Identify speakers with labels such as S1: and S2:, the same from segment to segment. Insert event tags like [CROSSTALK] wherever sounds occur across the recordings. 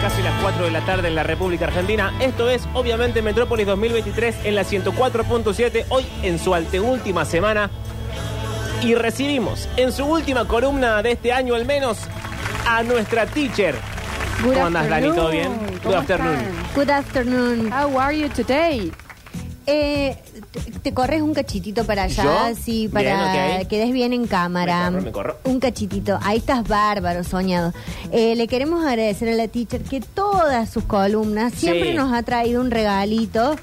S1: casi las 4 de la tarde en la República Argentina. Esto es, obviamente, Metrópolis 2023 en la 104.7, hoy en su anteúltima semana. Y recibimos en su última columna de este año, al menos, a nuestra teacher.
S2: Good
S1: ¿Cómo andás, Dani? ¿Todo bien?
S2: afternoon.
S1: Good
S2: ¿Cómo
S1: afternoon.
S2: están?
S3: Good afternoon.
S2: How are you today?
S3: Eh, te, te corres un cachitito para allá,
S1: ¿Yo?
S3: sí,
S1: Bien,
S3: para
S1: ok.
S3: que des bien en cámara.
S1: Me corro, me corro.
S3: Un cachitito. Ahí estás bárbaro, soñado. Eh, le queremos agradecer a la teacher que todas sus columnas siempre
S1: Sí.
S3: nos ha traído un regalito.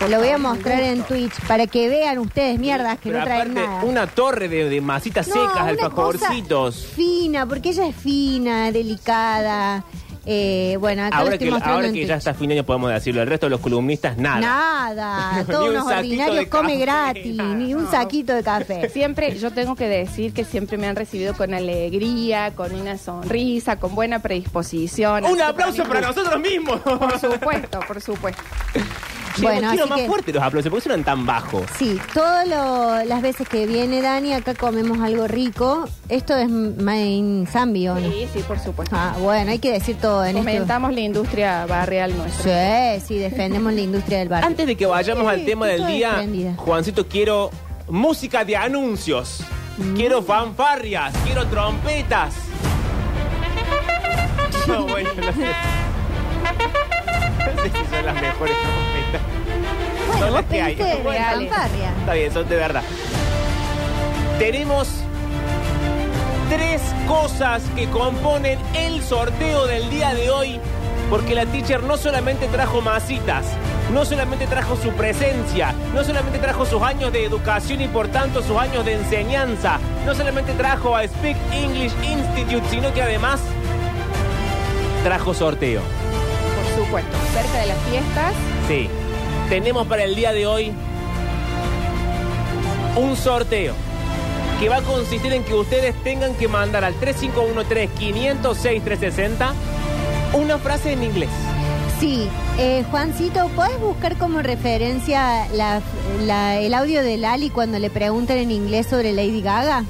S2: No,
S3: Lo voy a mostrar en Twitch para que vean ustedes, mierdas, que
S1: Pero
S3: no traen
S1: aparte,
S3: nada.
S1: una torre de, de masitas
S3: No,
S1: secas,
S3: una
S1: alfajorcitos.
S3: cosa Fina, porque ella es fina, delicada. Eh, bueno, acá lo
S1: Ahora
S3: estoy
S1: que,
S3: mostrando
S1: ahora
S3: en
S1: que
S3: Twitch.
S1: ya está fin de año podemos decirlo, el resto de los columnistas nada.
S3: Nada,
S1: [LAUGHS] Ni
S3: todos
S1: un
S3: unos
S1: saquito
S3: ordinarios
S1: de
S3: come
S1: café,
S3: gratis,
S1: nada.
S3: ni un saquito
S1: [LAUGHS]
S3: de café.
S4: Siempre, yo tengo que decir que siempre me han recibido con alegría, con una sonrisa, con buena predisposición. Así
S1: Un
S4: que
S1: aplauso
S4: mí-
S1: para nosotros mismos.
S4: Por supuesto, por supuesto.
S1: Che,
S3: Bueno,
S1: quiero
S3: así
S1: más
S3: que-
S1: fuerte los aplausos, porque suenan tan bajos.
S3: Sí, todas las veces que viene Dani acá comemos algo rico. Esto es main zambio, ¿no?
S4: Sí, sí, por supuesto.
S3: Ah, bueno, hay que decir todo en esto.
S4: Fomentamos la industria barrial nuestra.
S3: Sí, sí, defendemos la industria del bar.
S1: Antes de que vayamos
S3: Sí,
S1: al tema del
S3: estoy
S1: día,
S3: desprendida.
S1: Juancito, quiero música de anuncios.
S3: Mm.
S1: Quiero fanfarrias, quiero
S3: [LAUGHS]
S1: trompetas. No, bueno, no sé. [LAUGHS] No sé si son las mejores trompetas. son las que hay.
S3: pediste de
S1: Bueno,
S3: fanfarria.
S1: Está bien, son de verdad. Tenemos tres cosas que componen el sorteo del día de hoy, porque la teacher no solamente trajo masitas, no solamente trajo su presencia, no solamente trajo sus años de educación y por tanto sus años de enseñanza, no solamente trajo a Speak English Institute, sino que además trajo sorteo.
S4: Por supuesto. Cerca de las fiestas,
S1: Sí. Tenemos para el día de hoy un sorteo que va a consistir en que ustedes tengan que mandar al 3513-506-360 una frase en inglés.
S3: Sí, eh, Juancito, ¿puedes buscar como referencia la- la- el audio de Lali cuando le preguntan en inglés sobre Lady Gaga?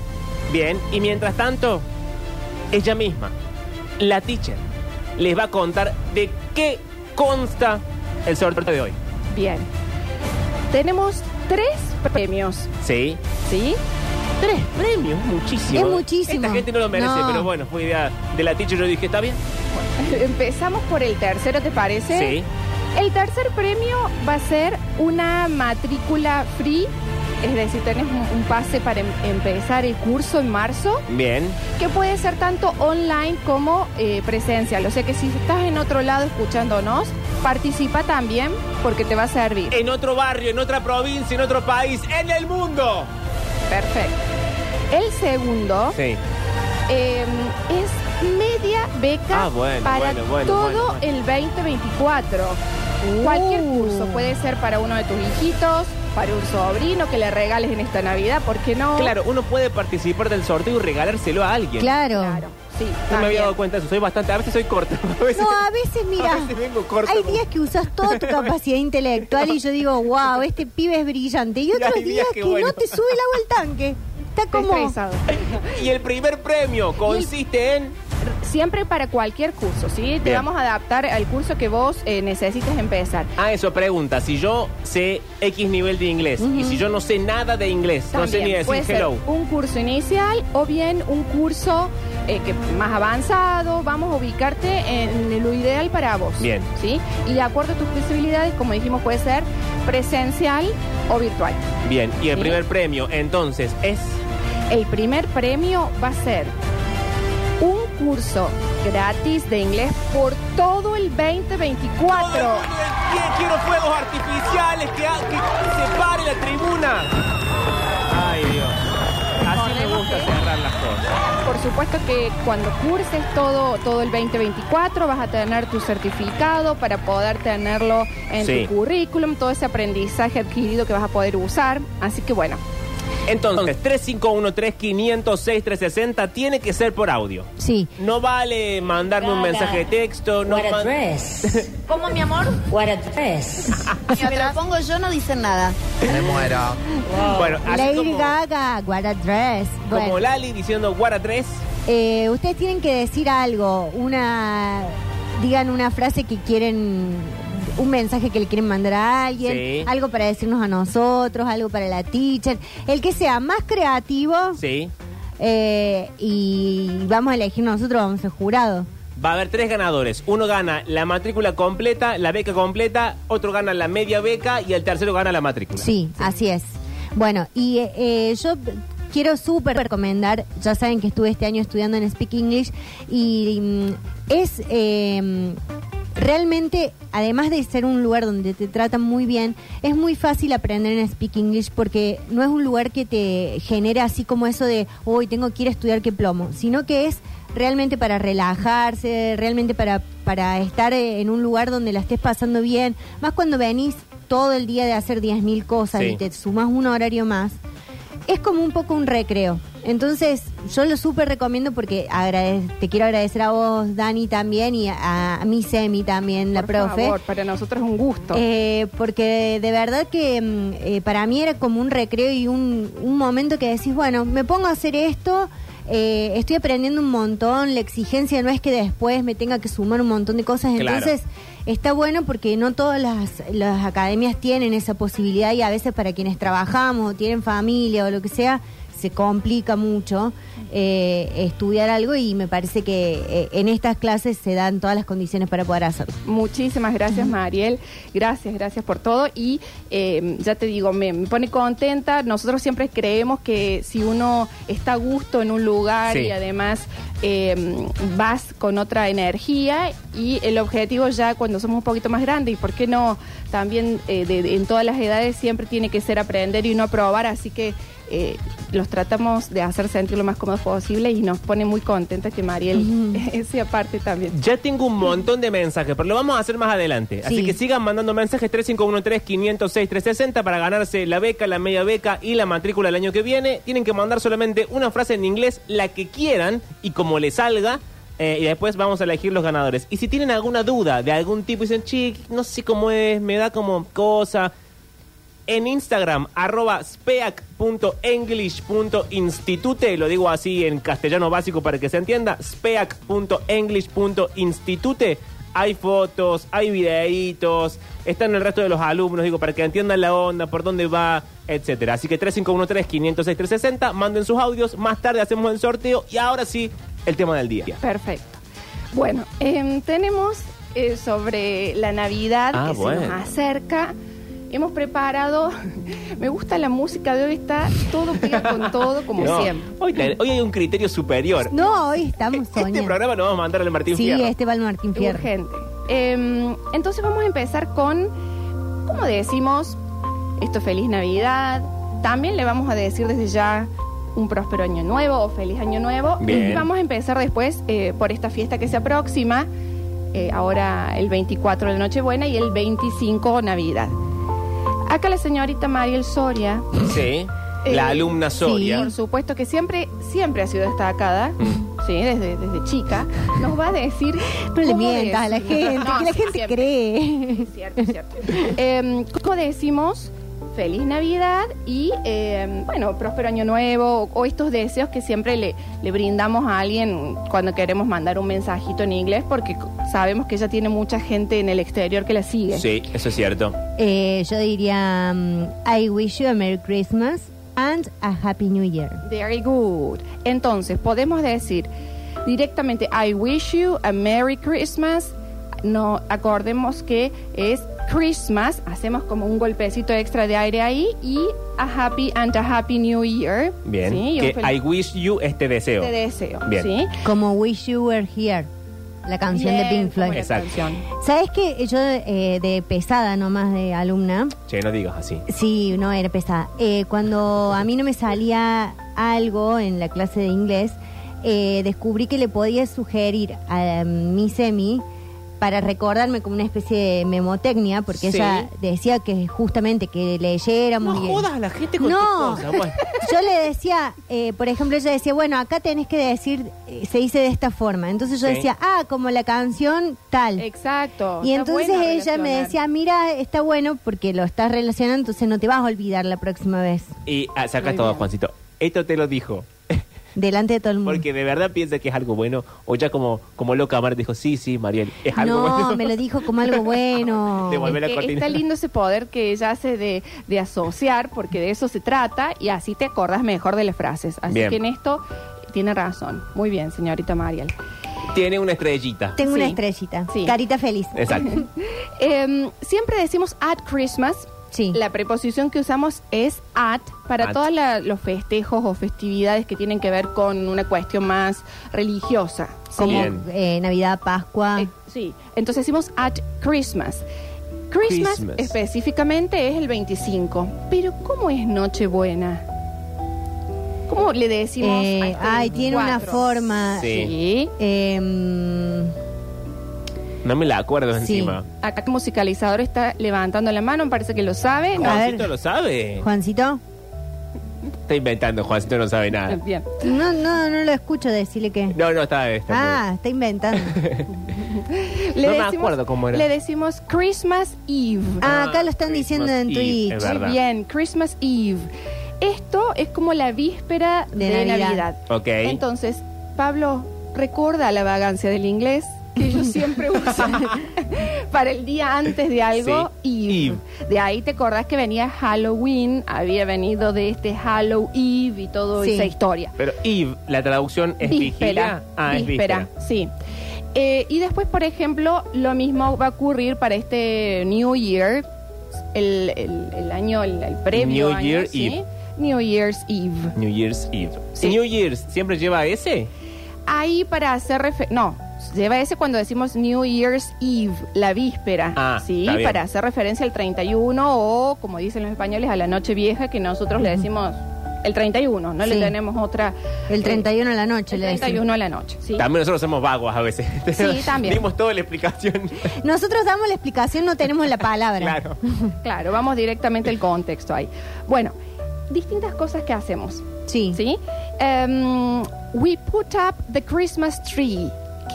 S1: Bien, y mientras tanto, ella misma, la teacher, les va a contar de qué consta el sorteo de hoy.
S4: bien. Tenemos tres premios,
S1: Sí.
S4: ¿sí? [LAUGHS]
S1: Tres premios, muchísimo.
S3: Es muchísimo.
S1: Esta gente no lo merece,
S3: No.
S1: pero bueno, fue idea de la teacher. Yo dije, ¿está bien?
S4: Empezamos por el tercero, ¿te parece? El tercer premio va a ser una matrícula free, es decir, tenés un, un pase para em- empezar el curso en marzo,
S1: Bien.
S4: que puede ser tanto online como eh, presencial. O sea que si estás en otro lado escuchándonos, participa también porque te va a servir.
S1: en otro barrio, en otra provincia, en otro país, en el mundo.
S4: Perfecto. El segundo
S1: Sí.
S4: eh, es media beca
S1: Ah, bueno,
S4: para
S1: bueno, bueno,
S4: todo
S1: bueno, bueno.
S4: el 2024. Cualquier
S1: Uh.
S4: curso puede ser para uno de tus hijitos, para un sobrino que le regales en esta Navidad, ¿por qué no?
S1: Claro, uno puede participar del sorteo y regalárselo a alguien.
S3: Claro.
S4: Claro, sí.
S1: No me había
S4: también.
S1: dado cuenta de eso, soy bastante, a veces soy corta. [LAUGHS] A veces,
S3: No, a veces, mira,
S1: a veces vengo corta.
S3: hay días que usas toda tu capacidad intelectual y yo digo, wow, este pibe es brillante. Y otros
S1: hay días
S3: días
S1: que
S3: que,
S1: bueno.
S3: no te sube el agua al tanque. Está
S4: Está
S3: como...
S4: estresado.
S1: Y el primer premio consiste en...
S4: Siempre para cualquier curso, ¿sí? Te
S1: Bien.
S4: vamos a adaptar al curso que vos eh, necesites empezar.
S1: Ah, eso, pregunta, si yo sé X nivel de inglés y si yo no sé nada de inglés, no sé
S4: También
S1: ni decir
S4: puede ser
S1: hello.
S4: un curso inicial o bien un curso eh, que más avanzado. Vamos a ubicarte en lo ideal para vos.
S1: Bien.
S4: ¿Sí? Y de acuerdo a tus posibilidades, como dijimos, puede ser presencial o virtual.
S1: Bien, y el
S4: Sí.
S1: primer premio entonces es...
S4: El primer premio va a ser un curso gratis de inglés por todo el 2024.
S1: Todo el mundo en pie, quiero fuegos artificiales que, ha- que se pare la tribuna. Ay, Dios. Así me gusta cerrar las cosas.
S4: Por supuesto que cuando curses todo, todo el 2024 vas a tener tu certificado para poder tenerlo en
S1: Sí.
S4: tu currículum, todo ese aprendizaje adquirido que vas a poder usar. Así que bueno,
S1: Entonces, 351-3506-360 tiene que ser por audio.
S3: Sí.
S1: No vale mandarme un
S5: Gaga.
S1: mensaje de texto. No
S5: What a
S1: man-
S5: [LAUGHS] dress.
S6: ¿Cómo, mi amor?
S5: What a dress.
S6: Si me lo pongo yo, no dicen nada.
S7: Me muero.
S1: Bueno, así
S3: Lady
S1: como,
S3: Gaga, what a dress.
S1: como
S3: Bueno,
S1: Lali diciendo Guara 3.
S3: eh, ustedes tienen que decir algo, una, digan una frase que quieren, un mensaje que le quieren mandar a alguien,
S1: Sí.
S3: algo para decirnos a nosotros, algo para la teacher, el que sea más creativo
S1: Sí.
S3: eh, y vamos a elegir nosotros, vamos a ser jurado.
S1: Va a haber tres ganadores. Uno gana la matrícula completa, la beca completa, otro gana la media beca y el tercero gana la matrícula.
S3: Sí, así es. Bueno, y eh, eh, yo quiero súper recomendar, ya saben que estuve este año estudiando en Speak English y mm, es eh, realmente, además de ser un lugar donde te tratan muy bien, es muy fácil aprender en Speak English porque no es un lugar que te genera así como eso de, hoy tengo que ir a estudiar qué plomo, sino que es realmente para relajarse, realmente para, para estar eh, en un lugar donde la estés pasando bien, más cuando venís todo el día de hacer 10.000 cosas
S1: Sí.
S3: y te sumas un horario más, es como un poco un recreo. Entonces, yo lo súper recomiendo porque agrade- te quiero agradecer a vos, Dani, también, y a, a mi Semi también, la
S4: Por
S3: profe.
S4: favor, para nosotros es un gusto.
S3: Eh, porque de verdad que mm, eh, para mí era como un recreo y un, un momento que decís, bueno, me pongo a hacer esto, eh, estoy aprendiendo un montón, la exigencia no es que después me tenga que sumar un montón de cosas,
S1: Claro.
S3: entonces está bueno porque no todas las, las academias tienen esa posibilidad y a veces para quienes trabajamos o tienen familia o lo que sea, se complica mucho. eh, estudiar algo y me parece que eh, en estas clases se dan todas las condiciones para poder hacerlo.
S4: Muchísimas gracias, Mariel. Gracias, gracias por todo. Y eh, ya te digo, me, me pone contenta. Nosotros siempre creemos que si uno está a gusto en un lugar
S1: Sí.
S4: y además eh, vas con otra energía y el objetivo ya cuando somos un poquito más grandes, y por qué no, también eh, de- de- en todas las edades siempre tiene que ser aprender y no aprobar. Así que eh, los tratamos de hacer sentir lo más cómodos posible y nos pone muy contenta que Mariel [LAUGHS] sea parte también.
S1: Ya tengo un montón de mensajes, pero lo vamos a hacer más adelante. Así
S3: Sí.
S1: que sigan mandando mensajes 3513-506-360 para ganarse la beca, la media beca y la matrícula el año que viene. Tienen que mandar solamente una frase en inglés, la que quieran y como les salga. eh, y después vamos a elegir los ganadores. Y si tienen alguna duda de algún tipo, dicen, chic, no sé cómo es, me da como cosa. En Instagram, arroba speac.english.institute, lo digo así en castellano básico para que se entienda, speac.english.institute. Hay fotos, hay videitos, están el resto de los alumnos, digo, para que entiendan la onda, por dónde va, etcétera. Así que 3513-506-360, manden sus audios, más tarde hacemos el sorteo y ahora sí, el tema del día.
S4: Perfecto. Bueno, em, tenemos eh, sobre la Navidad
S1: Ah,
S4: que
S1: bueno.
S4: se nos acerca. Hemos preparado. [LAUGHS] Me gusta la música de hoy, está todo pega con todo, como
S1: [LAUGHS] No,
S4: siempre.
S1: hoy, te- hoy hay un criterio superior.
S3: No, hoy estamos
S1: Este
S3: soñando.
S1: programa lo vamos a mandar al Martín
S3: Sí,
S1: Fierro.
S3: este va al Martín Fierro.
S4: Urgente. Em, entonces vamos a empezar con. ¿Cómo decimos esto? Feliz Navidad. También le vamos a decir desde ya un próspero año nuevo o feliz año nuevo.
S1: Bien.
S4: Y vamos a empezar después eh, por esta fiesta que se aproxima. eh, ahora el 24 de Nochebuena y el 25 Navidad. Acá la señorita Mariel Soria,
S1: Sí, la
S4: Eh,
S1: alumna Soria. Mm.
S4: por supuesto que siempre, siempre ha sido destacada, sí, desde, desde chica, nos va a decir.
S3: [LAUGHS] No le
S4: cómo
S3: mientas a la
S4: decir-
S3: gente,
S4: [LAUGHS] No,
S3: que la
S4: sí,
S3: gente
S4: siempre.
S3: cree. [LAUGHS]
S4: Cierto, cierto. Em, ¿Cómo decimos? Feliz Navidad y, em, bueno, próspero año nuevo o, o estos deseos que siempre le, le brindamos a alguien cuando queremos mandar un mensajito en inglés porque c- sabemos que ella tiene mucha gente en el exterior que la sigue.
S1: Sí, eso es cierto.
S3: Eh, yo diría, mm, I wish you a Merry Christmas and a Happy New Year.
S4: Very good. Entonces, podemos decir directamente I wish you a Merry Christmas. No acordemos que es Christmas. Hacemos como un golpecito extra de aire ahí y a Happy and a Happy New Year.
S1: Bien.
S4: Sí, y un
S1: que
S4: feliz
S1: I wish you este deseo.
S4: te deseo.
S1: Bien.
S4: ¿sí?
S3: Como Wish You Were Here, la canción de
S4: Bien,
S3: Pink Floyd.
S4: como la
S1: Exacto.
S4: canción.
S3: ¿Sabes qué? Yo eh, de pesada nomás de alumna,
S1: Che, no digas
S3: [LAUGHS]
S1: así.
S3: Sí, no, era pesada. Eh, cuando a mí no me salía algo en la clase de inglés, eh, descubrí que le podía sugerir a mi semi para recordarme como una especie de memotecnia, porque
S1: Sí.
S3: ella decía que justamente que leyéramos.
S1: No
S3: y-
S1: jodas a la gente con
S3: No.
S1: tus cosas. Bueno,
S3: [LAUGHS] Yo le decía, eh, por ejemplo, ella decía, bueno, acá tenés que decir, eh, se dice de esta forma. Entonces yo
S1: Sí.
S3: decía, ah, como la canción tal.
S4: Exacto.
S3: Y
S4: está
S3: entonces
S4: bueno
S3: ella me
S4: relacionar.
S3: decía, mira, está bueno porque lo estás relacionando, entonces no te vas a olvidar la próxima vez,
S1: y ah, saca
S4: Muy
S1: todo,
S4: bien.
S1: Juancito. Esto te lo dijo.
S3: delante de todo el mundo.
S1: Porque de verdad piensa que es algo bueno. O ya como, como loca Mar dijo, sí, sí, Mariel, es algo
S3: no,
S1: bueno.
S3: [LAUGHS] me lo dijo como
S1: [LAUGHS]
S3: algo bueno.
S1: Devuelve. Vuelve la
S4: Es que
S1: cortina.
S4: Eh, está lindo ese poder que ella hace de, de asociar, porque de eso se trata y así te acordás mejor de las frases. Así
S1: Bien.
S4: que en esto tiene razón. Muy bien, señorita Mariel.
S1: Tiene una estrellita.
S3: Tengo una
S4: Sí.
S3: estrellita,
S4: Sí.
S3: carita feliz.
S1: Exacto.
S4: Em, siempre decimos at Christmas.
S3: Sí.
S4: La preposición que usamos es at para
S1: At.
S4: todos la- los festejos o festividades que tienen que ver con una cuestión más religiosa.
S3: como
S1: Bien.
S3: eh, Navidad, Pascua.
S4: Eh, sí, entonces decimos at Christmas. Christmas,
S1: Christmas.
S4: específicamente es el 25. Pero ¿cómo es Nochebuena? ¿Cómo le decimos? a
S3: Eh,
S4: este
S3: ay, tiene una
S4: 24?
S3: forma.
S1: Sí.
S4: Sí.
S3: em,
S1: No me la acuerdo
S3: Sí.
S1: encima.
S4: Acá el musicalizador está levantando la mano, parece que lo sabe.
S3: A ver.
S1: Juancito lo sabe.
S3: Juancito,
S1: Está inventando, Juancito no sabe nada.
S4: Bien.
S3: no, no, no lo escucho decirle que.
S1: No, no, está... está
S3: Ah, está inventando.
S1: No me acuerdo cómo era.
S4: Le decimos Christmas Eve.
S3: Ah, acá lo
S1: Christmas
S3: están diciendo en
S1: Eve,
S3: Twitch.
S1: es
S4: Muy
S1: verdad.
S4: bien, Christmas Eve. Esto es como la víspera
S3: De
S4: de,
S3: Navidad.
S4: Navidad.
S1: Ok.
S4: Entonces, Pablo, recuerda la vagancia del inglés que [LAUGHS] yo siempre uso para el día antes de algo
S1: Sí,
S4: Eve. De ahí te acordás que venía Halloween, había venido de este Halloween Eve y toda
S3: Sí.
S4: esa historia.
S1: Pero Eve, la traducción es vigilia. Ah, es víspera.
S4: sí. Eh, y después, por ejemplo, lo mismo va a ocurrir para este New Year, el, el- el año, el, el previo
S1: New
S4: año,
S1: Year
S4: ¿sí?
S1: Eve.
S4: New Year's Eve.
S1: New Year's Eve.
S4: Sí.
S1: New Year's, ¿siempre lleva ese?
S4: Ahí para hacer referencia. No, lleva ese cuando decimos New Year's Eve, la víspera.
S1: Ah,
S4: sí,
S1: está bien.
S4: para hacer referencia al 31 o, como dicen los españoles, a la noche vieja, que nosotros le decimos el 31, no
S3: Sí.
S4: le tenemos otra.
S1: [LAUGHS]
S3: El
S4: eh,
S3: 31 a la noche,
S4: el
S3: le decimos.
S4: 31 a la noche. ¿sí?
S1: También nosotros somos vagos a veces.
S4: Sí, también.
S1: Dimos toda la
S4: [LAUGHS]
S1: explicación.
S3: Nosotros damos la explicación, no tenemos la palabra.
S1: claro.
S4: Claro, vamos directamente al contexto ahí. Bueno, distintas cosas que hacemos,
S3: Sí.
S4: ¿sí? Em, we put up the Christmas tree.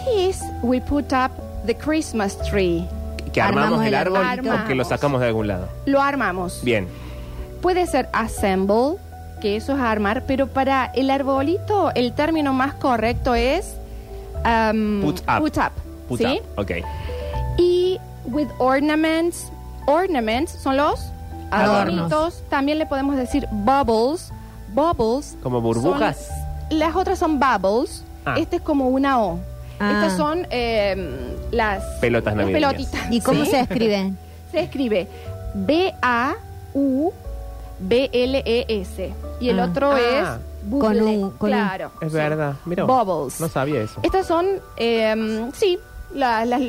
S4: ¿Qué es we put up the Christmas tree?
S1: Que armamos, el
S3: Armamos el
S1: árbol
S4: arbolito.
S1: porque lo sacamos de algún lado.
S4: Lo armamos.
S1: Bien.
S4: Puede ser assemble, que eso es armar, pero para el arbolito el término más correcto es em,
S1: Put up.
S4: put up,
S1: Puta.
S4: ¿sí?
S1: Ok.
S4: Y with ornaments, ornaments son los
S3: Adornos.
S4: adornitos. También le podemos decir bubbles. Bubbles.
S1: ¿Como burbujas?
S4: son- las otras son bubbles.
S1: Ah.
S4: Este es como una O.
S3: Ah.
S4: Estas son eh, las
S1: Pelotas
S4: las
S1: navideñas.
S4: pelotitas.
S3: ¿Y cómo
S4: ¿sí?
S3: se escribe?
S4: Se escribe B-A-U-B-L-E-S. E Y el
S3: Ah.
S4: otro
S1: Ah.
S4: es buble.
S3: Con U, con U.
S4: claro.
S1: Es
S4: sí.
S1: verdad. Mira.
S4: Bubbles.
S1: No sabía eso.
S4: Estas son, eh, sí, la- las-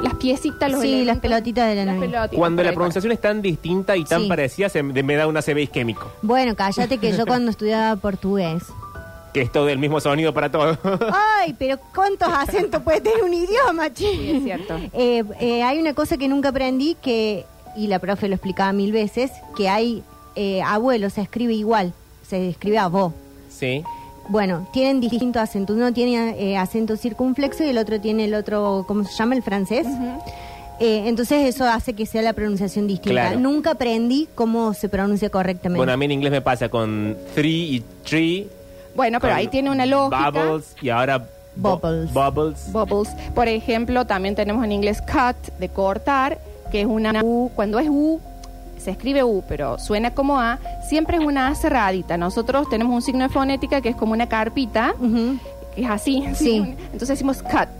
S4: las piecitas, los
S3: Sí, las
S4: elementos.
S3: pelotitas de la
S4: Las
S3: Navidad.
S4: pelotitas,
S1: Cuando
S4: por
S1: la
S4: ahí, por ahí.
S1: pronunciación es tan distinta y tan
S3: Sí.
S1: parecida, se me me da un ACB isquémico.
S3: Bueno, cállate que yo cuando estudiaba portugués.
S1: Que es todo el mismo sonido para todos.
S3: Ay, pero ¿cuántos acentos puede tener un idioma, che?
S4: Sí, es cierto.
S3: Eh, eh, hay una cosa que nunca aprendí que, y la profe lo explicaba mil veces, que hay eh, abuelo, se escribe igual, se escribe avó.
S1: [LAUGHS] sí.
S3: Bueno, tienen distintos acentos. Uno tiene eh, acento circunflexo y el otro tiene el otro, ¿cómo se llama? El francés. Eh, entonces eso hace que sea la pronunciación distinta.
S1: Claro.
S3: Nunca aprendí cómo se pronuncia correctamente.
S1: Bueno, a mí en inglés me pasa con three y tree.
S4: Bueno, Ah, pero
S1: con
S4: ahí tiene una lógica.
S1: Bubbles y ahora bu-
S3: Bubbles.
S1: Bubbles.
S4: Bubbles. Por ejemplo, también tenemos en inglés cut, de cortar, que es una U. Cuando es U, se escribe U, pero suena como A. Siempre es una A cerradita. Nosotros tenemos un signo de fonética que es como una carpita,
S3: Ujú.
S4: que es así.
S3: Sí.
S4: [LAUGHS] Entonces decimos cut.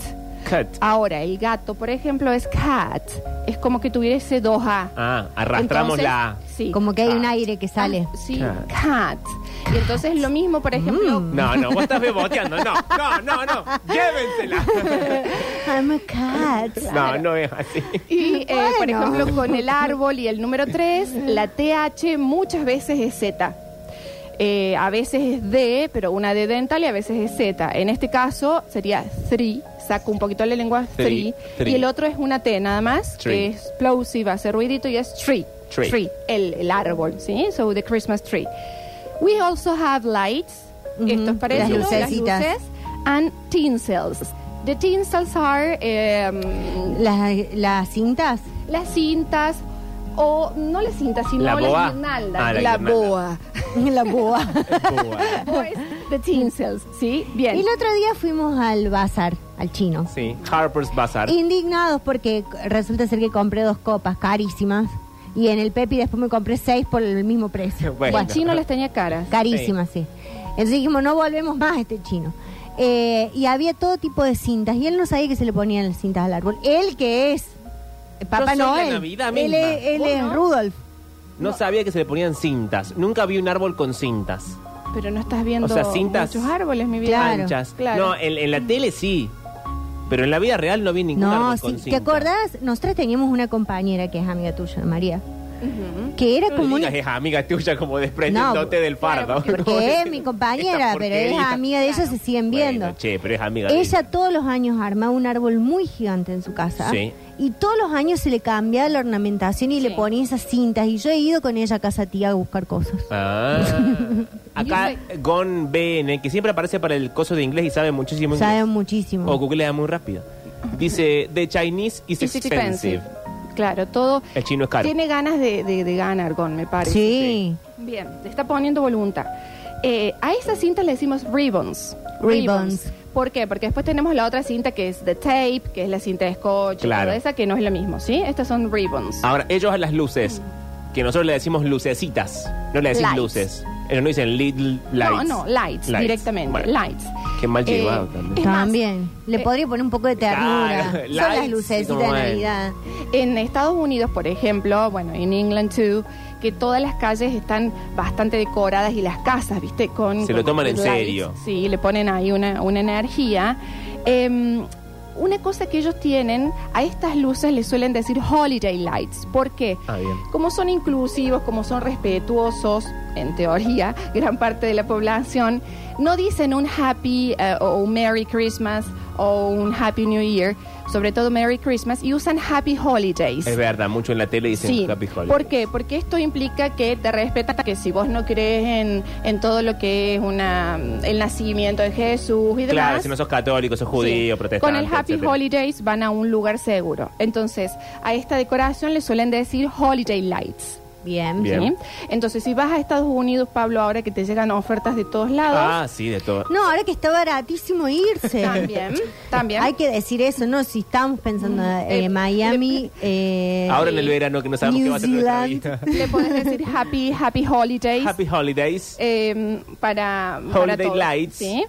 S1: Cut.
S4: Ahora, el gato, por ejemplo, es cat. Es como que tuviese dos A.
S1: Ah, arrastramos
S4: Entonces,
S1: la A.
S4: Sí. Ah,
S3: Como que hay un aire que sale.
S4: Sí,
S1: Cat.
S4: cat. Y entonces lo mismo, por ejemplo,
S1: No, no, vos estás beboteando. No, no, no,
S3: [LAUGHS]
S1: no. Llévensela.
S3: I'm a cat.
S1: No, no es así.
S3: [LAUGHS]
S4: Y, eh, por
S3: Bueno. [LAUGHS]
S4: ejemplo, con el árbol y el número 3, la TH muchas veces es Z. eh, a veces es D, pero una D dental y a veces es Z. En este caso sería three, saco un poquito la lengua
S1: Three,
S4: three,
S1: three.
S4: y el otro es una T nada más,
S1: Tree.
S4: que es plosive, hace ruidito y es tree.
S1: Tree.
S4: el, el árbol, ¿sí? So the Christmas tree. We also have lights,
S3: Ujú,
S4: estos
S3: las
S4: parecidos, las
S3: lucecitas.
S4: luces, and tinsels. The tinsels are... em,
S3: Las, las cintas.
S4: las cintas o no las cintas sino
S1: La
S4: las
S1: boa.
S4: guirnaldas
S1: Ah, la
S4: la,
S1: guirnalda.
S4: boa
S3: [LAUGHS] La boa.
S4: Pues, the tinsels sí bien
S3: El otro día fuimos al bazar, al chino.
S1: Sí, Harper's Bazaar.
S3: Indignados porque resulta ser que compré dos copas carísimas. Y en el Pepi después me compré seis por el mismo precio.
S1: Bueno.
S4: el chino las tenía caras
S3: Carísimas, sí. Entonces dijimos, no volvemos más a este chino. Eh, y había todo tipo de cintas. Y él no sabía que se le ponían las cintas al árbol. Él que es eh, Papá
S1: Yo soy la
S3: Noel.
S1: Navidad
S3: él
S1: misma.
S3: es, él
S4: ¿Vos
S3: es
S4: no?
S3: Rudolf.
S1: No sabía que se le ponían cintas. Nunca vi un árbol con cintas.
S4: pero no estás viendo
S1: O sea, cintas
S4: muchos árboles mi vida
S3: Claro.
S1: anchas.
S4: claro.
S1: No, en, en la tele sí. Pero en la vida real no vi ningún
S3: No,
S1: árbol
S3: sí,
S1: con
S3: ¿te
S1: cintas.
S3: acordás? Nosotras teníamos una compañera que es amiga tuya, María. Que era
S1: No le
S3: como una...
S1: digas, es amiga tuya como desprendiéndote
S3: No,
S1: del [LAUGHS] fardo.
S3: [LAUGHS] Porque es mi
S1: Esta
S3: compañera, pero es
S1: porquería.
S3: amiga de ellos, se siguen viendo.
S1: Bueno, che, pero es amiga de
S3: Ella todos los años armaba un árbol muy gigante en su casa.
S1: Sí.
S3: Y todos los años se le cambiaba la ornamentación y le
S4: Sí.
S3: ponía esas cintas. Y yo he ido con ella a casa tía a buscar cosas.
S1: Ah. Acá Gon BN, que siempre aparece para el coso de inglés y sabe muchísimo inglés.
S3: Saben muchísimo.
S1: O googlea muy rápido. Dice, the Chinese is
S4: It's
S1: expensive.
S4: claro todo
S1: El chino es caro.
S4: tiene ganas de, de- de ganar con me parece
S3: sí.
S4: bien le está poniendo voluntad Eh, a esa cinta le decimos ribbons.
S3: Ribbons.
S4: ¿Por qué? Porque después tenemos la otra cinta que es the tape, que es la cinta de scotch, y
S1: Claro.
S4: toda esa que no es lo mismo, ¿sí? Estas son ribbons.
S1: Ahora, ellos a las luces, que nosotros le decimos lucecitas, no le decimos
S4: Lights.
S1: luces. Ellos no dicen little lights.
S4: No, no, lights, directamente.
S1: Bueno,
S4: Lights.
S1: Qué mal
S4: Eh,
S1: llevado también.
S4: es más,
S3: También. le
S4: eh,
S3: podría poner un poco de
S1: Claro,
S3: ternura. Son
S1: lights,
S3: las lucecitas de
S1: como es.
S3: Navidad.
S4: En Estados Unidos, por ejemplo, bueno, en England too, que todas las calles están bastante decoradas y las casas, ¿viste? Con,
S1: Se lo
S4: con
S1: toman en
S4: lights.
S1: serio.
S4: Sí, le ponen ahí una, una energía. Em, una cosa que ellos tienen, a estas luces le suelen decir holiday lights. ¿Por qué?
S1: Ah, bien.
S4: Como son inclusivos, como son respetuosos, en teoría, [LAUGHS] gran parte de la población, no dicen un happy eh, o un Merry Christmas o un Happy New Year, sobre todo Merry Christmas, y usan Happy Holidays.
S1: Es verdad, mucho en la tele dicen
S4: Sí,
S1: happy holidays.
S4: ¿por qué? Porque esto implica que te respetan, que si vos no crees en, en todo lo que es una, el nacimiento de Jesús y demás...
S1: Claro, si no sos católico, sos judío,
S4: Sí.
S1: protestante.
S4: Con el Happy
S1: etcétera.
S4: Holidays van a un lugar seguro. Entonces, a esta decoración le suelen decir Holiday Lights.
S3: Bien.
S1: Bien.
S4: ¿sí? Entonces, si vas a Estados Unidos, Pablo, ahora que te llegan ofertas de todos lados,
S1: Ah, sí, de todo.
S3: No, ahora que está baratísimo
S1: [LAUGHS]
S3: irse.
S4: también, también.
S3: Hay que decir eso, ¿no? Si estamos pensando eh,
S4: eh,
S3: Miami. eh,
S1: Ahora en el verano que no sabemos
S3: New
S1: qué va a ser nuestra vida.
S3: Zealand.
S4: Le podés decir Happy, happy Holidays.
S1: Happy Holidays.
S4: eh, para, para
S1: Holiday
S4: todos,
S1: lights.
S4: ¿sí?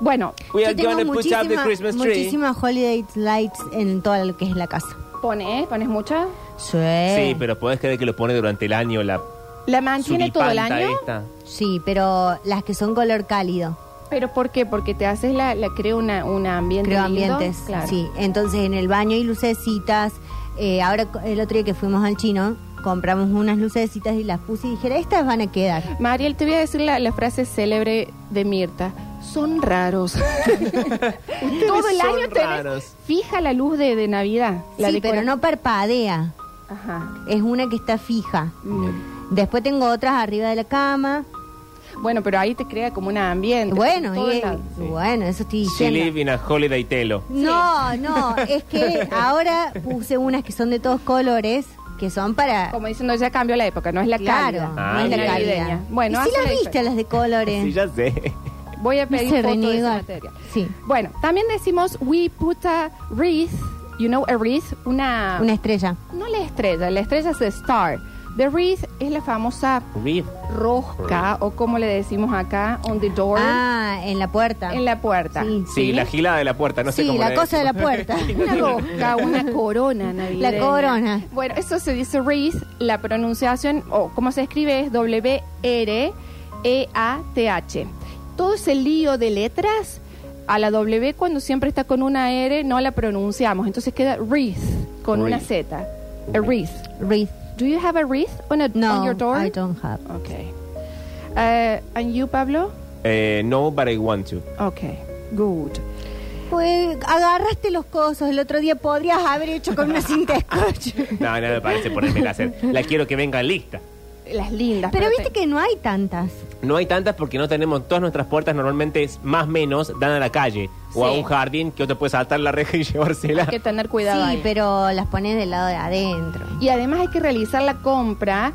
S4: Bueno,
S1: We
S3: Yo
S1: are
S3: tengo
S1: gonna put up the
S3: muchísima-
S1: Christmas tree.
S3: Muchísimas holiday lights en todo lo que es la casa.
S4: pones, pones mucha.
S3: Sí.
S1: Sí, pero podés creer que lo pone durante el año la
S4: La mantiene todo el
S1: suripanta
S4: año.
S1: esta.
S3: Sí, pero las que son color cálido,
S4: ¿Pero por qué? Porque te haces la, la crea una, un ambiente
S3: creo
S4: lindo,
S3: ambientes.
S4: claro.
S3: Sí, entonces en el baño hay lucecitas. Eh, ahora co- el otro día que fuimos al chino, compramos unas lucecitas y las puse y dijera, estas van a quedar.
S4: Mariel, te voy a decir la, la frase célebre de Mirta.
S1: [LAUGHS]
S4: Son raros. Todo el
S1: son
S4: año tenés
S1: raros.
S4: fija la luz de, de Navidad. La
S3: sí,
S4: decora-
S3: pero no parpadea.
S4: Ajá.
S3: Es una que está fija.
S1: Eh,
S3: Después tengo otras arriba de la cama.
S4: Bueno, pero ahí te crea como un ambiente.
S3: Bueno,
S4: Todo
S3: y,
S4: el lado.
S3: bueno, eso estoy
S1: She
S3: diciendo.
S1: live in a holiday telo.
S3: No, no, es
S4: [LAUGHS]
S3: que ahora puse unas que son de todos colores, que son para...
S4: Como diciendo, ya cambió la época, no es la
S3: claro,
S4: cálida,
S1: Ah,
S3: no es la
S1: bien.
S3: calidad.
S4: Bueno,
S3: ¿Y si
S4: hace
S3: las
S4: la
S3: viste las de
S4: [LAUGHS]
S3: colores?
S1: Sí, ya sé.
S4: Voy a
S3: No
S4: pedir
S3: se
S4: foto de esa
S3: reniega.
S4: materia.
S3: Sí,
S4: Bueno, también decimos, we put a wreath, you know, a wreath, una...
S3: una estrella.
S4: No la estrella, la estrella es the star. The wreath es la famosa
S1: Reef.
S4: rosca o como le decimos acá, on the door,
S3: Ah, en la puerta.
S4: en la puerta.
S3: Sí.
S1: Sí, la gilada de la puerta, no sé
S3: sí,
S1: cómo
S3: la
S1: le
S3: cosa de
S1: [LAUGHS]
S3: la
S1: decimos.
S3: puerta.
S4: Una
S3: [LAUGHS]
S4: rosca, una corona navideña.
S3: La corona.
S4: Bueno, eso se dice wreath, la pronunciación o como se escribe es W R E A T H. Todo ese lío de letras a la W cuando siempre está con una R no la pronunciamos, entonces queda wreath con una
S1: Wreath.
S4: Z. A wreath.
S3: Wreath.
S4: Do you have a wreath on, a,
S3: No,
S4: on your door?
S3: I don't have.
S4: Okay. Eh, and you, Pablo?
S1: Eh, no, but I want to.
S4: Ok, good.
S3: Pues agarraste los cosos. El otro día podrías haber hecho con una cinta de scotch.
S1: No, no me parece ponerme la hacer. La quiero que vengan lista.
S4: Las lindas.
S3: Pero
S4: te-
S3: viste que no hay tantas.
S1: No hay tantas porque no tenemos todas nuestras puertas, normalmente es más menos, dan a la calle o a
S4: Sí.
S1: un jardín que otro puede saltar la reja y [LAUGHS] llevársela.
S4: Hay que tener cuidado.
S3: Sí,
S4: ahí.
S3: pero las pones del lado de adentro.
S4: Y además hay que realizar la compra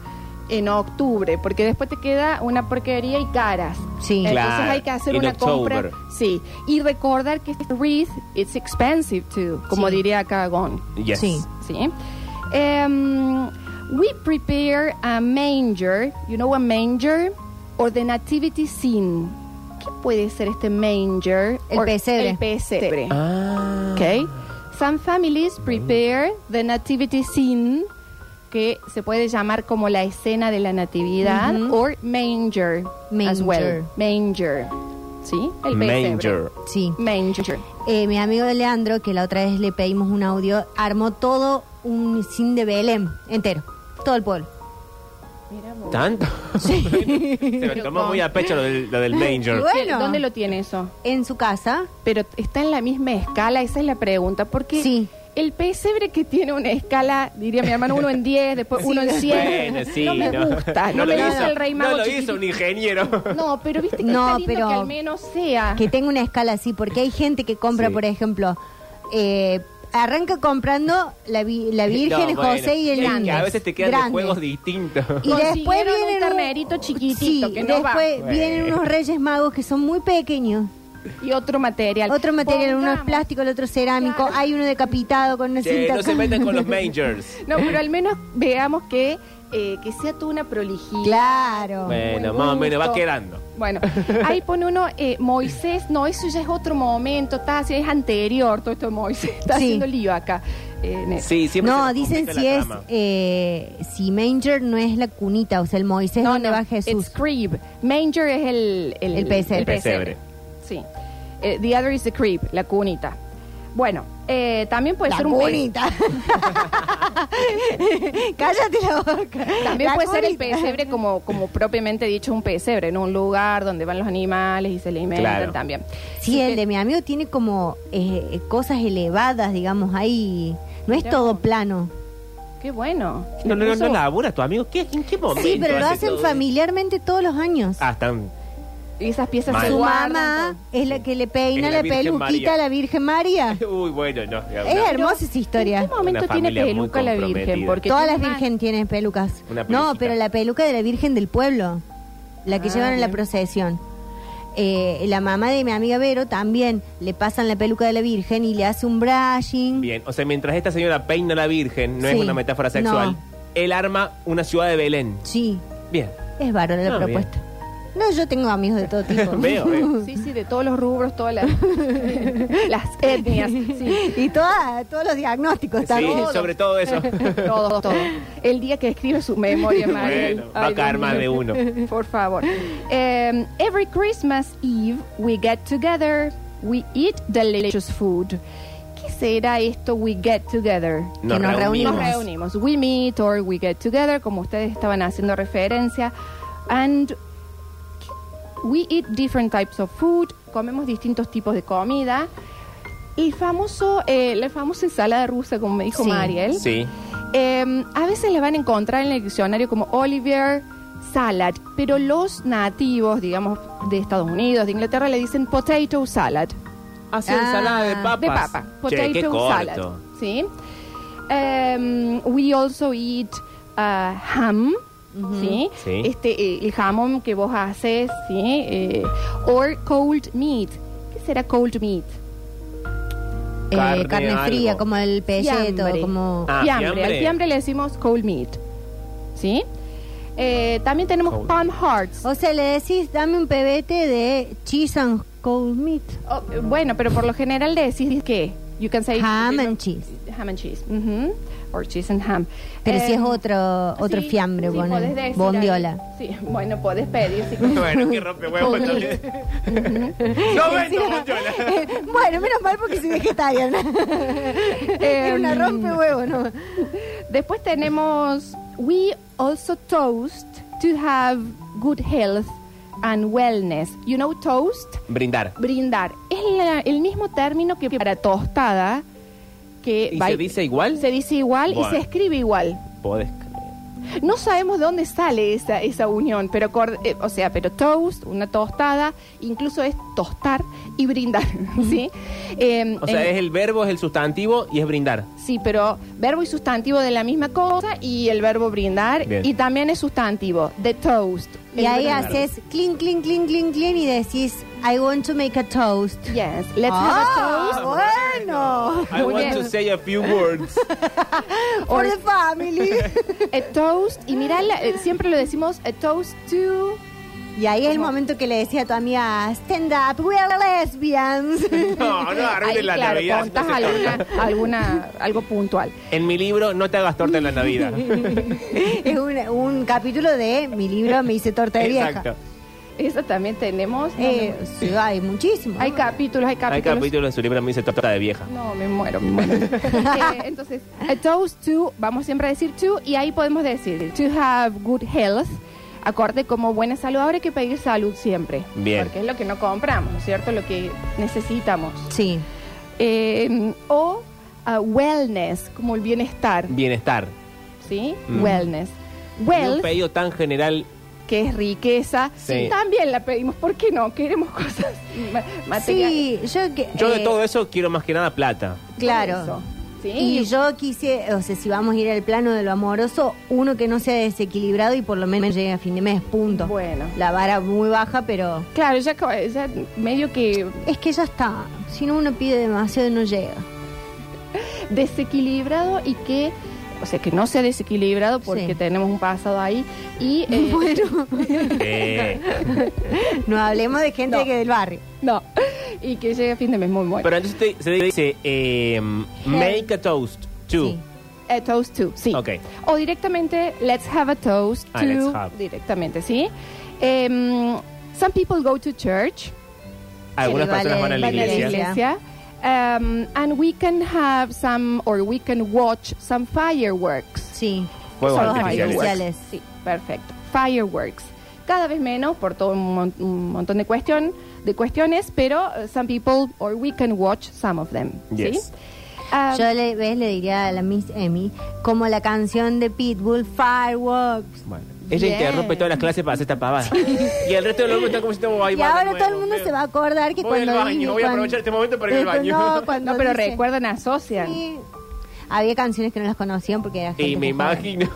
S4: en octubre, porque después te queda una porquería y caras.
S3: Sí.
S4: Entonces
S1: Claro,
S4: hay que hacer
S1: in
S4: una
S1: October.
S4: compra. Sí. Y recordar que este wreath it's expensive too, como
S3: Sí.
S4: diría acá Gon.
S1: Yes.
S3: Ah, Sí.
S4: Sí. Em, we prepare a manger. You know a manger or the nativity scene. ¿Qué puede ser este manger?
S3: El
S4: Or-
S3: pesebre.
S4: El pesebre.
S1: Ah.
S4: Okay. Some families prepare the nativity scene, que se puede llamar como la escena de la natividad,
S3: Ujú.
S4: or manger, as
S3: Manger.
S4: well. Manger. ¿Sí? El pesebre.
S1: Manger.
S3: Sí.
S4: Manger.
S3: Eh, mi amigo Leandro, que la otra vez le pedimos un audio, armó todo un sin de Belén entero. Todo el pueblo.
S1: ¿Tanto? [LAUGHS] Se me tomó muy a pecho lo del, lo del manger.
S3: Bueno.
S4: ¿Dónde lo tiene eso?
S3: En su casa.
S4: Pero está en la misma escala, esa es la pregunta, porque
S3: Sí.
S4: el pesebre que tiene una escala, diría mi hermano, uno en 10, después uno en 100,
S1: Bueno, sí,
S4: no me gusta, no, me
S1: lo
S4: lo
S1: hizo-
S4: hizo el rey
S1: No
S4: mago
S1: lo
S4: chiquitito.
S1: hizo un ingeniero.
S4: No, pero viste que
S3: No,
S4: está lindo
S3: pero-
S4: que al menos sea.
S3: Que tenga una escala así, porque hay gente que compra,
S1: Sí.
S3: por ejemplo, eh, arranca comprando la, vi- la Virgen,
S1: No, bueno.
S3: José y el
S1: Es que
S3: Andes.
S1: A veces te quedan de
S3: Grandes.
S1: juegos distintos.
S3: Y
S4: Consiguieron
S3: después
S4: un
S3: vienen
S4: ternerito chiquitito
S3: Sí,
S4: que no va.
S3: después vienen
S1: Bueno.
S3: unos reyes magos que son muy pequeños.
S4: Y otro material.
S3: Otro material, uno es
S4: Pongamos-
S3: plástico, el otro es cerámico.
S4: Claro.
S3: Hay uno decapitado con una
S1: Che,
S3: cinta.
S1: no se metan
S3: [LAUGHS]
S1: con los mangers.
S4: No, pero al menos veamos que, eh, que sea toda una prolijidad.
S3: [LAUGHS] Claro.
S1: Bueno,
S4: Buen
S1: más o menos va
S4: gusto.
S1: quedando.
S4: Bueno, ahí pone uno eh, Moisés, no, eso ya es otro momento, está, así, es anterior todo esto de Moisés, está
S3: Sí.
S4: haciendo lío acá. eh, en el-
S1: Sí, siempre se
S3: No,
S1: nos
S3: dicen
S1: complica
S3: si
S1: la
S3: es,
S1: trama.
S3: eh, si Manger no es la cunita, o sea, el Moisés donde va
S4: It's
S3: Jesús.
S4: crib. Manger es el... El,
S3: El pesebre.
S1: El pesebre.
S4: Sí. Eh, the other is the crib, la cunita. Bueno, eh, también puede
S3: La
S4: ser un... pe-
S3: cunita. [LAUGHS] Cállate la boca.
S4: También
S3: La
S4: puede ser el
S3: cunita.
S4: pesebre como, como propiamente dicho un pesebre, en un lugar donde van los animales y se alimentan
S1: Claro.
S4: también.
S3: Sí, el de mi amigo tiene como eh, eh, cosas elevadas, digamos, ahí. No es
S4: Mirá
S3: todo
S4: vos.
S3: plano.
S4: Qué bueno.
S1: No, no, no,
S4: Eso-
S1: no labura tu amigo. ¿Qué, ¿En qué momento?
S3: Sí, pero lo
S1: hace
S3: hacen
S1: todo
S3: familiarmente todos los años.
S1: eso? Ah, están.
S4: Y esas piezas
S1: Mal.
S4: se
S3: Su
S4: guardan.
S3: mamá es la que le peina
S1: Es la
S3: la,
S1: Virgen
S3: peluquita
S1: María.
S3: a la Virgen María.
S1: Uy, bueno, no.
S3: Es
S1: no.
S3: hermosa esa
S4: ¿En
S3: historia.
S4: qué momento
S1: Una
S4: tiene
S1: familia muy
S4: peluca la Virgen?
S1: comprometida.
S4: Porque
S3: Todas
S4: tiene
S3: las
S4: más-
S3: Virgen tienen pelucas.
S1: Una peluquita.
S3: No, pero la peluca de la Virgen del pueblo, la que
S4: Ah,
S3: llevan en la
S4: bien.
S3: procesión. Eh, la mamá de mi amiga Vero también le pasan la peluca de la Virgen y le hace un brushing.
S1: Bien, o sea, mientras esta señora peina a la Virgen, no es
S3: Sí.
S1: una metáfora sexual,
S3: No.
S1: él arma una ciudad de Belén.
S3: Sí,
S1: Bien.
S3: es bárbara la
S1: Ah, bien.
S3: propuesta. No, yo tengo amigos
S1: [LAUGHS]
S3: de todo tipo.
S1: Veo,
S4: [LAUGHS]
S1: veo.
S4: Sí, sí, de todos los rubros, todas
S3: [LAUGHS]
S4: las, las etnias. Sí.
S3: y toda- todos los diagnósticos
S1: Sí,
S3: también.
S1: sobre todo
S4: [LAUGHS]
S1: eso.
S4: Todo, todo. El día que escribe su memoria, Mariel.
S1: Bueno, va a
S4: Ay,
S1: caer
S4: Dios
S1: más
S4: mío.
S1: de uno.
S4: Por favor. Um, every Christmas Eve we get together, we eat delicious food. ¿Qué será esto we get together?
S1: Nos
S3: nos
S1: reunimos.
S4: Nos reunimos. We meet or we get together, como ustedes estaban haciendo referencia. And we eat different types of food. Comemos distintos tipos de comida. El famoso, eh, la famosa ensalada rusa, como me dijo
S3: Sí.
S4: Mariel.
S1: Sí.
S4: Eh, a veces la van a encontrar en el diccionario como Oliver Salad, pero los nativos, digamos, de Estados Unidos, de Inglaterra, le dicen potato salad.
S1: Hace
S3: Ah,
S1: ensalada de papas.
S4: De papa.
S1: Che,
S4: Potato
S1: qué corto.
S4: salad. ¿sí? Em, we also eat uh, ham. ¿Sí?
S1: Sí.
S4: Este, eh, el jamón que vos haces, ¿sí? Eh, or cold meat. ¿Qué será cold meat?
S3: Eh,
S1: Carne,
S3: carne,
S1: algo.
S3: fría, como el pelleto,
S4: Fiambre.
S3: como...
S1: Ah,
S4: fiambre.
S1: fiambre.
S4: Al fiambre le decimos cold meat. ¿Sí? Eh, también tenemos
S1: Cold.
S4: palm hearts.
S3: O sea, le decís, dame un pebete de cheese and cold meat.
S4: Oh, eh, bueno, pero por lo general le decís que you can say
S3: Ham and cheese.
S4: ham and cheese, mhm, or cheese and ham.
S3: Pero si
S4: Eh,
S3: es otro, otro
S4: sí,
S3: fiambre,
S4: sí,
S3: bueno,
S4: podés decir
S3: bondiola.
S4: ahí. Sí, [LAUGHS] bueno, podés pedir. sí.
S1: Bueno, qué rompe huevo entonces.
S4: [LAUGHS]
S1: no vendo bondiola.
S3: [LAUGHS] bueno, menos mal porque soy vegetariana. [LAUGHS] Era una rompe huevo, ¿no?
S4: Después tenemos we also toast to have good health and Wellness. You know toast?
S1: Brindar.
S4: Brindar. Es la- el mismo término que para tostada. Que
S1: ¿Y
S4: va-
S1: se dice igual?
S4: Se dice igual
S1: Bueno.
S4: y se escribe igual.
S1: Podés.
S4: No sabemos de dónde sale esa, esa unión, pero cor- eh, o sea, pero toast, una tostada, incluso es tostar y brindar, [LAUGHS] ¿sí? Eh,
S1: O sea,
S4: eh,
S1: es el verbo, es el sustantivo y es brindar.
S4: Sí, pero verbo y sustantivo de la misma cosa y el verbo brindar
S1: Bien.
S4: y también es sustantivo, the toast.
S3: Y ahí
S4: El-
S3: haces clean, clean, clean, clean, clean y decís, I want to make a toast.
S4: Yes, let's
S3: Ah,
S4: have a toast.
S3: bueno.
S1: I
S4: Muy
S1: want
S4: bien.
S1: to say a few
S4: [LAUGHS]
S1: words.
S3: For the family.
S4: A toast. Y mirá, la- eh, siempre lo decimos a toast to.
S3: [LAUGHS] y ahí es el momento que le decía a tu amiga, stand up, we are lesbians. [LAUGHS]
S1: No, no
S4: Ahí,
S1: arruines la
S4: claro,
S1: Navidad.
S4: contás
S1: no se
S4: alguna,
S1: toca.
S4: alguna, algo puntual.
S1: En mi libro, no te hagas torta en la
S4: [LAUGHS]
S1: Navidad.
S3: es un, un capítulo de mi libro Me hice torta de vieja.
S1: Exacto.
S4: Eso también tenemos. No, me
S3: Eh,
S4: muero.
S3: sí, hay muchísimo.
S4: hay capítulos, hay
S1: Hay
S4: capítulos.
S1: capítulos de su libro, me dice torta de vieja.
S4: No, me muero, me
S3: [LAUGHS]
S4: muero. Eh, entonces, a toast to, vamos siempre a decir to, y ahí podemos decir to have good health, acorde como buena salud. Ahora hay que pedir salud siempre.
S1: Bien.
S4: Porque es lo que no compramos, ¿no es ¿cierto? Lo que necesitamos.
S3: Sí.
S4: Eh, o a wellness, como el bienestar,
S1: Bienestar.
S4: ¿sí?
S1: Mm.
S4: Wellness.
S1: Y Un
S4: Wealth,
S1: pedido tan general.
S4: que es riqueza,
S1: Sí.
S4: también la pedimos. ¿Por qué no? Queremos [LAUGHS] cosas ma- materiales.
S3: Sí, yo que-
S1: Yo de
S3: eh,
S1: todo eso quiero más que nada
S3: [LAUGHS]
S1: plata.
S3: Claro.
S4: Eso, ¿sí?
S3: Y yo quise, o sea, si vamos a ir al plano de lo amoroso, uno que no sea desequilibrado y por lo menos llegue a fin de mes, punto.
S4: Bueno.
S3: La vara muy baja, pero
S4: Claro, ya, co- ya medio que
S3: es que ya está. Si no uno pide demasiado y no llega.
S4: desequilibrado y que, o sea, que no sea desequilibrado porque
S3: Sí.
S4: tenemos un pasado ahí
S3: [LAUGHS]
S4: y eh,
S3: Bueno,
S1: Eh,
S3: no hablemos de gente
S4: No.
S3: que del barrio.
S4: [LAUGHS] no y que llegue a fin de mes muy bueno.
S1: Pero entonces te- se dice eh, make a toast to.
S3: Sí.
S4: a Eh, toast to, sí.
S1: Ok.
S4: O directamente let's have a toast to
S1: Ah, let's have.
S4: directamente, sí. Em, some people go to church,
S1: Algunas
S3: Que le
S1: personas
S3: vale-
S1: van a la
S3: vale la
S1: iglesia.
S3: iglesia.
S4: em, and we can have some or we can watch some fireworks.
S3: Sí.
S1: Fuegos
S4: Son los
S1: artificiales.
S3: artificiales.
S4: Sí, perfecto. Fireworks. Cada vez menos por todo un, mon- un montón de, cuestión, de cuestiones, pero uh, some people, or we can watch some of them.
S1: Yes.
S4: ¿sí? Ah,
S3: Yo le, ves, le diría a la Miss Emmy, como la canción de Pitbull, Fireworks.
S1: Bueno, Ella
S4: Bien.
S1: interrumpe todas las clases para hacer esta pavada. [LAUGHS] Y el resto de los grupos están como diciendo, "Ay,
S3: Y
S1: va de
S3: ahora
S1: nuevo,
S3: todo el mundo
S1: feo".
S3: se va a acordar que
S1: Voy
S3: cuando...
S1: al baño, voy
S3: dice-
S1: a
S3: cuando-
S1: aprovechar este momento para ir al
S3: Eh,
S1: baño.
S3: No,
S4: [LAUGHS]
S3: cuando
S4: no, pero
S3: dice-
S4: recuerdan, asocian.
S3: Sí. Había canciones que no las conocían porque era gente
S1: Y me
S3: muy joven.
S1: imagino. [LAUGHS]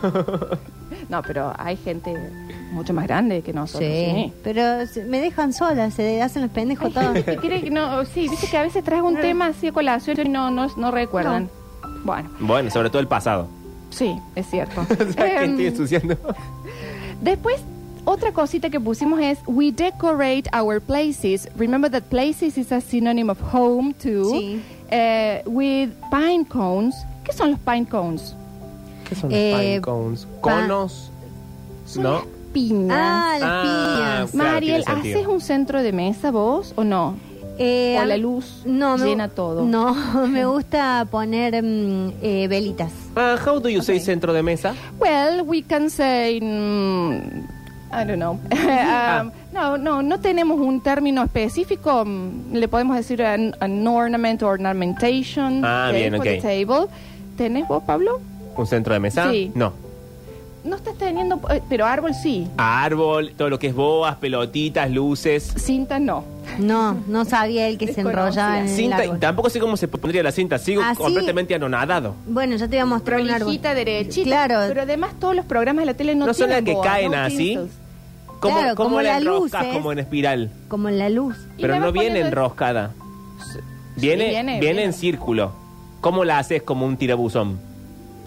S4: No, pero hay gente mucho más grande que nosotros.
S3: Sí,
S4: Sí.
S3: pero se- me dejan sola, se hacen los
S4: [LAUGHS]
S3: pendejos
S4: Hay
S3: todos.
S4: gente que cree que no, sí, viste que a veces traes un tema así a colación y no, no, no recuerdan. Bueno,
S1: Bueno, sobre todo el pasado. [LAUGHS]
S4: sí, es cierto.
S1: O sea, que
S4: Em,
S1: estoy ensuciando.
S4: Después, otra cosita que pusimos es we decorate our places. Remember that places is a synonym of home too.
S3: Sí.
S4: Eh, with pine cones. ¿Qué son los pine cones?
S1: ¿Qué son
S3: los Eh, pine
S1: cones?
S3: pa-
S1: ¿Conos?
S4: Son
S1: ¿No?
S4: las piñas.
S3: ah, las
S1: Ah,
S3: piñas.
S1: Claro,
S4: Mariel,
S1: tiene sentido.
S4: ¿haces un centro de mesa vos o no?
S3: Eh,
S4: o la luz
S3: no, me-
S4: llena todo.
S3: No, [LAUGHS] me gusta poner mm, eh, velitas.
S1: Ah, how do you say centro de mesa?
S4: Well, we can say. mm, I
S1: [LAUGHS]
S4: don't know. [LAUGHS]
S1: Ah.
S4: Um, No, no, no tenemos un término específico. mm, Le podemos decir an, an ornament or ornamentation.
S1: Ah,
S4: okay,
S1: bien,
S4: for the
S1: ok.
S4: table. ¿Tenés vos, Pablo?
S1: ¿Un centro de mesa?
S4: Sí.
S1: No.
S4: No estás teniendo, eh, pero árbol sí.
S1: Árbol, todo lo que es boas, pelotitas, luces.
S4: Cinta no.
S3: No, no sabía el que se enrollaba
S4: Eh,
S3: en el
S1: Cinta, y
S3: árbol.
S1: tampoco sé cómo se pondría la cinta, sigo
S4: Ah,
S3: Así-
S1: completamente anonadado.
S3: Bueno, ya te voy a mostrar un árbol.
S4: Prolijita, derechita.
S3: Claro.
S4: Pero además todos los programas de la tele no,
S1: No son las
S4: tienen
S1: que
S4: boas,
S1: caen
S4: no
S1: así.
S4: tinsels.
S1: ¿Cómo,
S3: Claro,
S1: cómo
S3: como
S1: la
S3: las
S1: enroscas
S3: luces.
S1: como en espiral?
S3: Como en la luz.
S4: Y
S1: Pero
S4: le vas
S1: no viene
S4: poniendo-
S1: enroscada. Viene,
S4: sí,
S1: viene,
S4: viene,
S1: en
S4: viene.
S1: círculo. ¿Cómo la haces como un tirabuzón?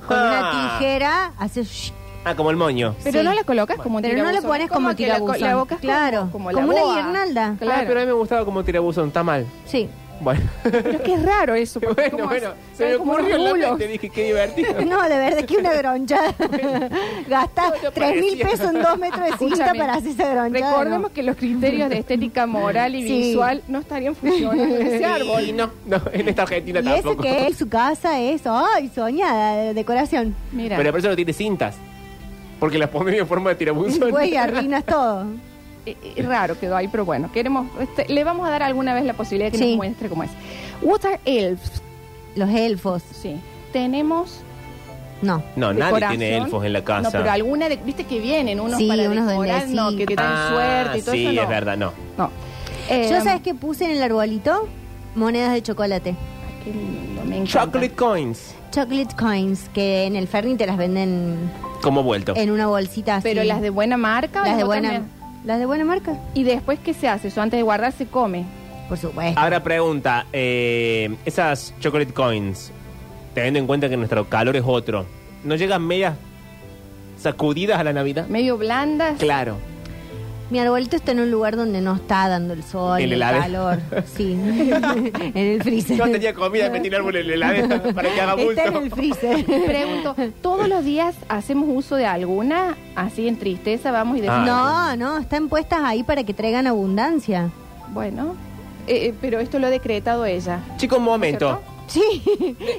S3: Con
S1: Ah.
S3: una tijera haces... shh.
S1: Ah, como el moño.
S4: Pero
S3: Sí.
S4: no la colocas como un
S3: Pero no la
S4: tirabuzón,
S3: pones
S4: es como
S3: como
S4: que la co-
S3: tirabuzón.
S4: la abocas como-
S3: claro.
S4: como la
S3: una
S4: boa.
S3: guirnalda.
S4: Claro.
S1: Ah, pero a mí me gustaba como tirabuzón, está mal. [LAUGHS]
S3: Sí.
S1: Bueno,
S4: Pero es que es raro eso. porque
S1: bueno,
S4: como
S1: bueno.
S4: es-
S1: Se me
S4: como unos
S1: ocurrió en la
S4: rulos.
S1: mente, dije, qué
S4: [LAUGHS]
S1: divertido.
S3: [LAUGHS] No, de verdad que una
S1: [LAUGHS]
S3: gronchada. Gastás
S1: No, no
S3: tres mil
S1: parecía.
S3: pesos en dos metros de cinta
S4: Escúchame,
S3: para hacer esa gronchada.
S4: Recordemos
S3: ¿no?
S4: que los criterios de estética moral y
S3: Sí.
S4: visual no estarían funcionando en ese árbol.
S1: Y [LAUGHS] no, no, en esta Argentina
S3: Y eso
S1: tampoco.
S3: que es su casa es, ay, soñada de decoración.
S4: [LAUGHS] Mira, [LAUGHS]
S1: Pero por eso no tiene cintas. Porque las pondría en forma de tirabuzón.
S3: Güey, arruinas todo.
S4: eh, eh, raro quedó ahí, pero bueno, queremos, este, le vamos a dar alguna vez la posibilidad de que
S3: Sí.
S4: nos muestre cómo es. Water Elves,
S3: Los elfos.
S4: sí. Tenemos
S3: No.
S1: No, nadie
S4: decoración.
S1: tiene elfos en la casa.
S4: No, pero alguna, de- viste que vienen unos
S3: Sí,
S4: para
S3: unos
S4: decorar,
S3: duendes,
S4: no,
S3: sí.
S4: que tienen
S1: Ah,
S4: suerte y todo
S1: sí,
S4: eso. no.
S1: es verdad, no.
S4: No. Eh,
S3: ¿Yo sabes qué puse en el arbolito? Monedas de chocolate.
S4: qué lindo, me encanta.
S1: Chocolate coins.
S3: Chocolate coins, que en el Ferni te las venden
S1: Como vuelto.
S3: en una bolsita así.
S4: Pero Ah, las de buena marca. o
S3: las de
S4: otras
S3: buena,
S4: me-
S3: las de buena marca,
S4: Y después, ¿qué se hace? Eso antes de guardar se come.
S3: por supuesto.
S1: Ahora pregunta, eh, esas chocolate coins, teniendo en cuenta que nuestro calor es otro, ¿no llegan medias sacudidas a la Navidad?
S4: Medio blandas.
S1: Claro.
S3: Mi arbolito está en un lugar donde no está dando el sol,
S1: En
S3: el,
S1: el ave. [LAUGHS]
S3: calor, sí, [LAUGHS] en el freezer.
S1: Yo tenía comida,
S4: [LAUGHS]
S1: metí el árbol en la heladera para que haga
S3: está en
S1: bulto.
S3: el
S1: [LAUGHS]
S4: [LAUGHS]
S3: freezer.
S4: Pregunto, ¿todos los días hacemos uso de alguna? Así en tristeza vamos
S1: Ah.
S4: y decimos,
S3: No, no, están puestas ahí para que traigan abundancia.
S4: bueno, eh, eh, pero esto lo ha decretado ella.
S1: Chicos, un momento.
S3: Sí, [LAUGHS]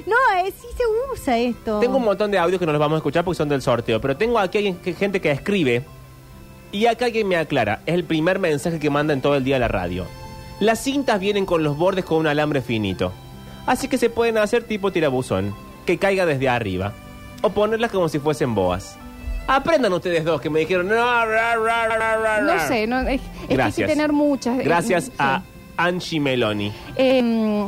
S3: no, eh, sí se usa esto.
S1: Tengo un montón de audios que no los vamos a escuchar porque son del sorteo, pero tengo aquí alguien que- gente que escribe y acá alguien me aclara. Es el primer mensaje que manda en todo el día la radio. Las cintas vienen con los bordes con un alambre finito, así que se pueden hacer tipo tirabuzón, que caiga desde arriba, o ponerlas como si fuesen boas. Aprendan ustedes dos que me dijeron. No, ra, ra, ra, ra, ra".
S4: No sé, no, es, es que hay que
S1: Gracias.
S4: tener muchas. eh,
S1: Gracias
S4: sí.
S1: a Angie Meloni.
S4: Eh,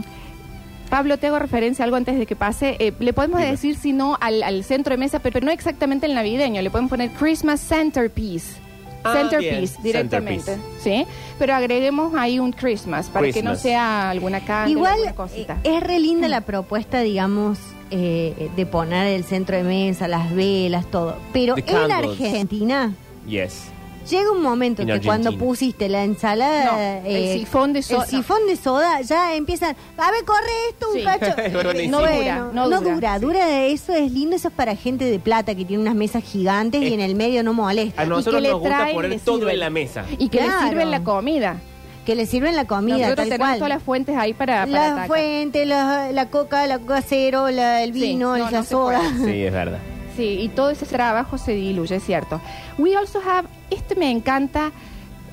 S4: Pablo, te hago referencia a algo antes de que pase. Eh, le podemos
S1: Dime.
S4: decir, si no, al, al centro de mesa, pero, pero no exactamente el navideño. Le podemos poner Christmas Centerpiece.
S1: Ah,
S4: centerpiece,
S1: bien.
S4: directamente. ¿Sí? Pero agreguemos ahí un Christmas para que no
S1: Christmas.
S4: sea alguna cándela,
S3: Igual
S4: alguna cosita.
S3: eh, es re linda la propuesta, digamos, eh, de poner el centro de mesa, las velas, todo. Pero
S1: The
S3: en
S1: candles.
S3: Argentina
S1: Yes.
S3: llega un momento
S1: En
S3: que
S1: Argentina.
S3: cuando pusiste la ensalada, eh,
S4: No, el sifón de soda.
S3: el sifón de soda, ya empiezan, a ver, corre esto un
S4: Sí. [LAUGHS]
S3: cacho.
S1: Es buenísimo.
S3: bueno,
S4: No dura,
S3: no,
S4: no
S3: dura,
S4: dura.
S3: dura, eso es lindo, eso es para gente de plata que tiene unas mesas gigantes y
S1: Eh,
S3: en el medio no molesta.
S1: A nosotros
S4: le
S1: nos gusta
S4: traen,
S1: poner
S4: le
S1: todo
S4: sirven.
S1: en la mesa.
S4: Y que
S3: eh, Claro.
S4: le sirven la comida.
S3: Que le sirven la comida,
S4: Nosotros
S3: tal
S4: tenemos
S3: cual.
S4: todas las fuentes ahí para, para
S3: la
S4: atacar.
S3: fuente, la, la coca, la coca cero, la- el
S4: Sí,
S3: vino,
S4: no,
S3: la
S4: no se
S3: soda.
S1: Sí, es verdad.
S4: Sí, y todo ese trabajo se diluye, es cierto. We also have, este me encanta,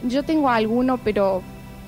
S4: yo tengo alguno, pero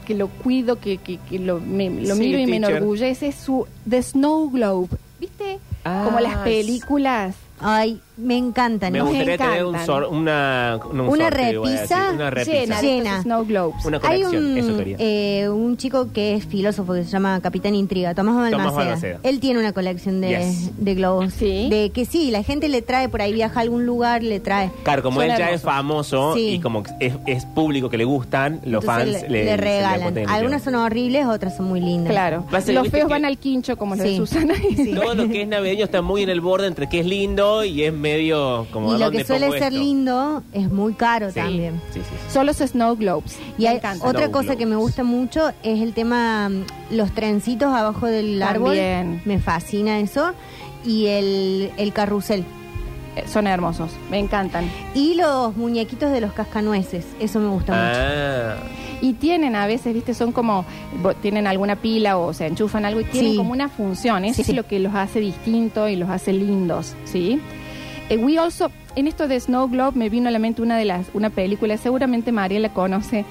S4: que lo cuido, que, que, que lo, me- lo
S1: Sí,
S4: miro y me
S1: teacher.
S4: enorgullece, es su The Snow Globe. ¿Viste?
S1: Ah,
S4: Como las
S1: es-
S4: películas.
S3: [LAUGHS] Ay, me encantan.
S1: Me
S4: Nos
S3: ¿no?
S1: gustaría tener un
S4: encantan.
S1: sor- una, no, un
S3: Una
S1: sorteo, voy a decir,
S3: repisa
S1: una repisa.
S4: Llena, de
S3: Llena.
S4: estos Snow Globes.
S1: Una
S3: Hay
S1: colección, eso
S3: un,
S1: quería.
S3: eh, un chico que es filósofo que se llama Capitán Intriga, Tomás Balmaceda.
S1: Tomás Balmaceda.
S3: Él tiene una colección de,
S1: Yes.
S3: de globos.
S4: Sí.
S3: De que sí, la gente le trae por ahí, viaja a algún lugar, le trae.
S1: claro, como él
S4: son
S1: ya
S4: hermosos.
S1: es famoso
S3: Sí.
S1: y como es, es público que le gustan, los
S3: Entonces
S1: fans
S3: le, le
S1: se
S3: regalan.
S1: apuntan y le
S3: Algunas
S1: llevan.
S3: son horribles, otras son muy lindas.
S4: Claro.
S1: Va a ser,
S4: Los
S1: viste
S4: feos
S1: que-
S4: van al quincho, como lo
S3: Sí.
S4: de Susana. [LAUGHS]
S3: Sí.
S1: Todo lo que es navideño está muy en el borde entre que es lindo y es medio como
S3: y
S1: ¿a
S3: lo
S1: dónde
S3: que suele
S1: pongo
S3: ser
S1: esto?
S3: lindo es muy caro
S1: Sí,
S3: también.
S1: sí, sí, sí.
S4: Son los Snow Globes.
S3: Y hay
S4: Me encanta.
S3: otra
S1: No,
S3: cosa que me
S1: globos.
S3: gusta mucho es el tema mm, los trencitos abajo del árbol.
S4: También.
S3: Me fascina eso. Y el, el carrusel.
S4: Eh, Son hermosos. Me encantan.
S3: Y los muñequitos de los cascanueces. Eso me gusta mucho.
S1: Ah,
S4: Y tienen a veces, viste, son como, bo- tienen alguna pila o se enchufan algo y tienen
S3: Sí.
S4: como una función. Eso
S3: Sí, sí.
S4: es lo que los hace distinto y los hace lindos, ¿sí? Eh, we also, en esto de Snow Globe me vino a la mente una de las, una película, seguramente María la conoce,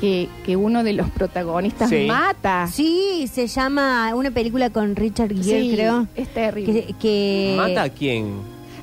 S4: que, que uno de los protagonistas
S1: Sí.
S4: mata.
S3: Sí, se llama una película con Richard Gere,
S4: Sí,
S3: creo.
S4: Es terrible.
S3: Que, que-
S1: ¿Mata a quién?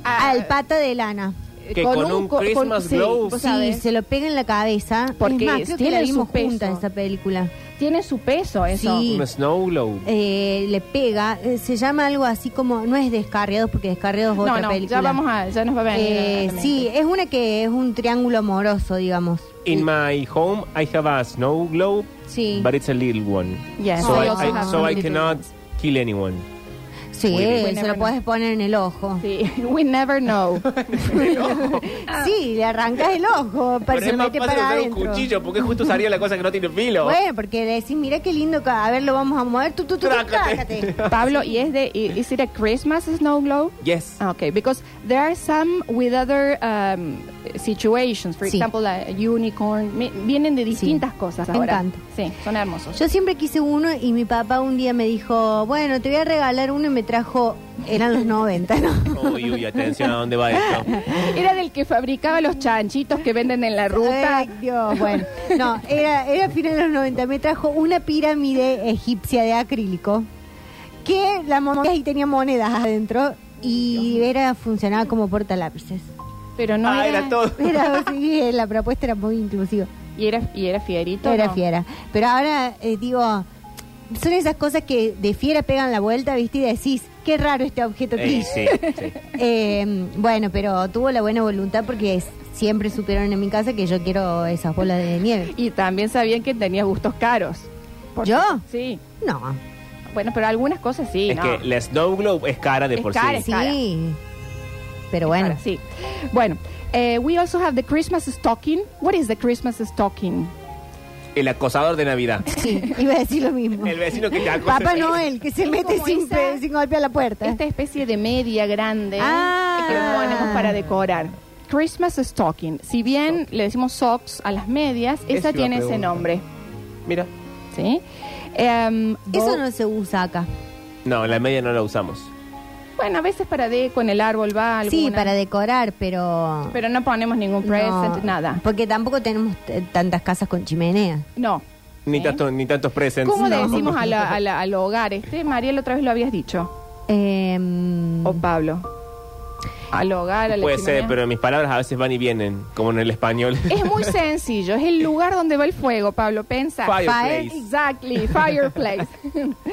S4: Ah,
S3: al pata de lana.
S1: que con un
S4: co-
S1: Christmas globe.
S4: vos
S3: Sí,
S4: sabés,
S3: se lo pega en la cabeza.
S4: Porque
S3: es más, creo que
S4: tiene
S3: la
S4: su
S3: vimos
S4: peso.
S3: juntas esa película.
S4: tiene su peso eso.
S3: Sí.
S1: Un snow globe.
S3: Eh, le pega, eh, se llama algo así como, no es Descarriados porque Descarriados es
S4: No,
S3: otra
S4: no,
S3: película.
S4: ya vamos a, ya nos va a venir. a
S3: Eh,
S4: la mente.
S3: sí, es una que es un triángulo amoroso, digamos.
S1: In my home I have a snow globe,
S3: Eh, Sí.
S1: but it's a little one.
S4: Yes,
S1: So,
S4: I
S1: I,
S4: also
S1: I-
S4: have
S1: so I
S4: little
S1: cannot kill anyone.
S3: [LAUGHS]
S1: [LAUGHS]
S3: Sí,
S1: Muy bien.
S3: eh, se
S4: Bueno,
S3: lo
S4: bueno.
S3: puedes poner en el ojo. Sí,
S4: Sí, [LAUGHS] we never know.
S1: Ah.
S3: le arrancas el ojo, para
S1: Pero
S3: se
S1: es más
S3: mete
S1: fácil
S3: para
S1: usar un
S3: adentro.
S1: cuchillo porque justo usaría la cosa que no tiene filo.
S3: Bueno, porque le decís, mira qué lindo, ca- a ver, lo vamos a mover, tú, tú, tú, tú,
S1: Trácate.
S3: trácate.
S4: Pablo, y es de, i- is it a Christmas snow globe?
S1: Yes.
S4: Ah, Okay, because there are some with other um, situations. For
S3: Sí.
S4: example, a unicorn. Mi- Vienen de distintas cosas
S3: Me
S4: ahora.
S3: encanta.
S4: Sí, son hermosos.
S3: Yo siempre quise uno y mi papá un día me dijo, bueno, te voy a regalar uno y me trajo, eran los 90, ¿no?
S1: Uy, uy, atención a dónde va esto.
S4: [LAUGHS] Era del que fabricaba los chanchitos que venden en la ruta.
S3: Ay, Dios, bueno. No, era, era final de los 90. Me trajo una pirámide egipcia de acrílico que la mamá ahí tenía monedas adentro y era funcionaba como portalápices.
S4: Pero [LAUGHS] no
S1: Ah,
S4: era,
S1: era todo.
S3: Era, sí, la propuesta era muy inclusiva.
S4: Y era, y era fierito.
S3: Era
S4: ¿no?
S3: fiera. Pero ahora eh, digo, son esas cosas que de fiera pegan la vuelta, ¿viste? Y decís, qué raro este objeto que
S1: Eh,
S3: hice.
S1: sí, sí.
S3: Eh, bueno, pero tuvo la buena voluntad porque es- siempre supieron en mi casa que yo quiero esas bolas de nieve.
S4: Y también sabían que tenía gustos caros. Porque-
S3: ¿Yo?
S4: Sí.
S3: No.
S4: Bueno, pero algunas cosas sí.
S1: Es
S4: no.
S1: que la Snow Globe es cara de
S4: Es
S1: por
S4: cara,
S1: sí.
S3: Sí.
S4: cara.
S3: Pero bueno.
S4: Ahora sí. Bueno, eh, we also have the Christmas stocking. What is the Christmas stocking?
S1: El acosador de Navidad.
S3: Sí, [LAUGHS] iba a decir lo mismo.
S1: El vecino que te acosa.
S3: Papá Noel, que se mete
S4: como
S3: sin,
S4: esa- este-
S3: pe- sin golpear la puerta.
S4: Esta especie de media grande
S3: Ah.
S4: que ponemos para decorar. Christmas stocking. Si bien le decimos socks a las medias,
S1: Eso
S4: esa
S1: iba
S4: tiene
S1: a
S4: ese
S1: preguntar.
S4: nombre.
S1: Mira.
S4: ¿Sí? Em,
S3: Eso
S4: bo-
S3: no se usa acá.
S1: No, la media no la usamos.
S4: Bueno, a veces para deco en el árbol va alguna.
S3: Sí, para decorar, pero.
S4: Pero no ponemos ningún
S3: no,
S4: present, nada.
S3: Porque tampoco tenemos eh, tantas casas con chimenea.
S4: No.
S1: Ni,
S4: ¿Sí?
S1: tanto- ni tantos presents.
S4: ¿Cómo le
S1: No.
S4: decimos a la- a la- al hogar este? Mariel, otra vez lo habías dicho.
S3: Eh,
S4: O
S1: Oh.
S4: Pablo. Al hogar, a la
S1: Puede
S4: chimenea.
S1: ser, pero mis palabras a veces van y vienen, como en el español.
S4: Es muy sencillo, es el lugar donde va el fuego, Pablo, pensa.
S1: Fireplace.
S4: Exactly, fireplace.
S1: [LAUGHS]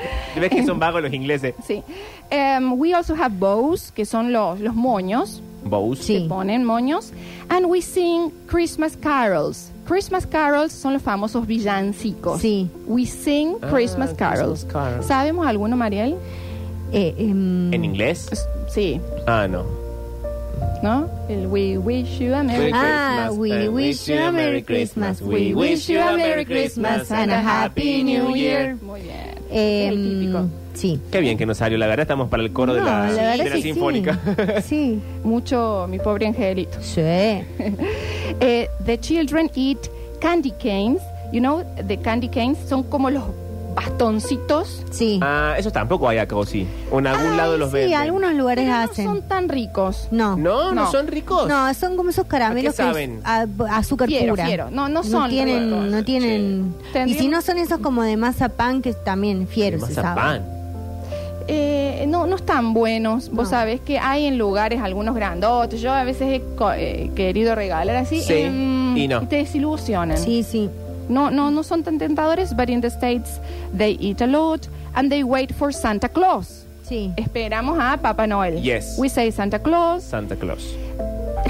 S1: ¿Ves que son vagos los ingleses?
S4: sí. Em, we also have bows, que son los, los moños,
S1: Bows.
S3: Sí.
S4: se ponen moños. And we sing Christmas carols. Christmas carols son los famosos villancicos.
S3: Sí.
S4: We sing
S1: Ah,
S4: Christmas carols.
S1: Christmas carols.
S4: ¿Sabemos alguno, Mariel?
S3: eh, em,
S1: ¿En inglés?
S4: Es- Sí,
S1: Ah, no.
S4: ¿no? El We Wish You a Merry
S3: Ah,
S1: Christmas,
S3: we
S1: and
S3: wish you a Merry Christmas.
S1: We wish you a Merry Christmas and a Happy New Year.
S4: Muy bien.
S3: em,
S4: el típico.
S3: Sí.
S1: Qué bien que nos salió, la verdad estamos para el coro de
S3: No,
S1: la,
S3: verdad
S1: de
S3: es
S1: la
S3: que
S1: [LAUGHS]
S3: sí. [LAUGHS]
S1: sinfónica.
S3: Sí.
S4: Mucho mi pobre angelito.
S3: Sí.
S4: Eh, the children eat candy canes. You know, the candy canes son como los bastoncitos.
S3: Sí.
S1: Ah, eso tampoco hay acá, ¿o sí? O en algún
S3: Ay,
S1: lado los
S3: sí,
S1: venden.
S3: algunos lugares
S4: pero
S3: hacen.
S4: no son tan ricos.
S3: No.
S1: No, no,
S4: No.
S1: son ricos.
S3: No, son como esos caramelos
S1: ¿A qué saben?
S3: que es a- azúcar
S4: Fiero,
S3: pura.
S4: fiero. No, no son
S3: tienen,
S4: ricos.
S3: no tienen. Y
S4: Tendríamos-
S3: si no son esos como de mazapán que también fieros. se sabe.
S1: Mazapán.
S4: Eh, no, no están buenos. Vos
S3: No.
S4: sabés que hay en lugares algunos grandotes. Yo a veces he co- eh, querido regalar así.
S1: Sí,
S4: em,
S1: y no.
S4: te desilusionan.
S3: Sí, sí.
S4: No, no, no son tan tentadores, but in the States they eat a lot and they wait for Santa Claus.
S3: Sí.
S4: Eh, Esperamos a Papá Noel.
S1: Yes.
S4: We say Santa Claus.
S1: Santa Claus.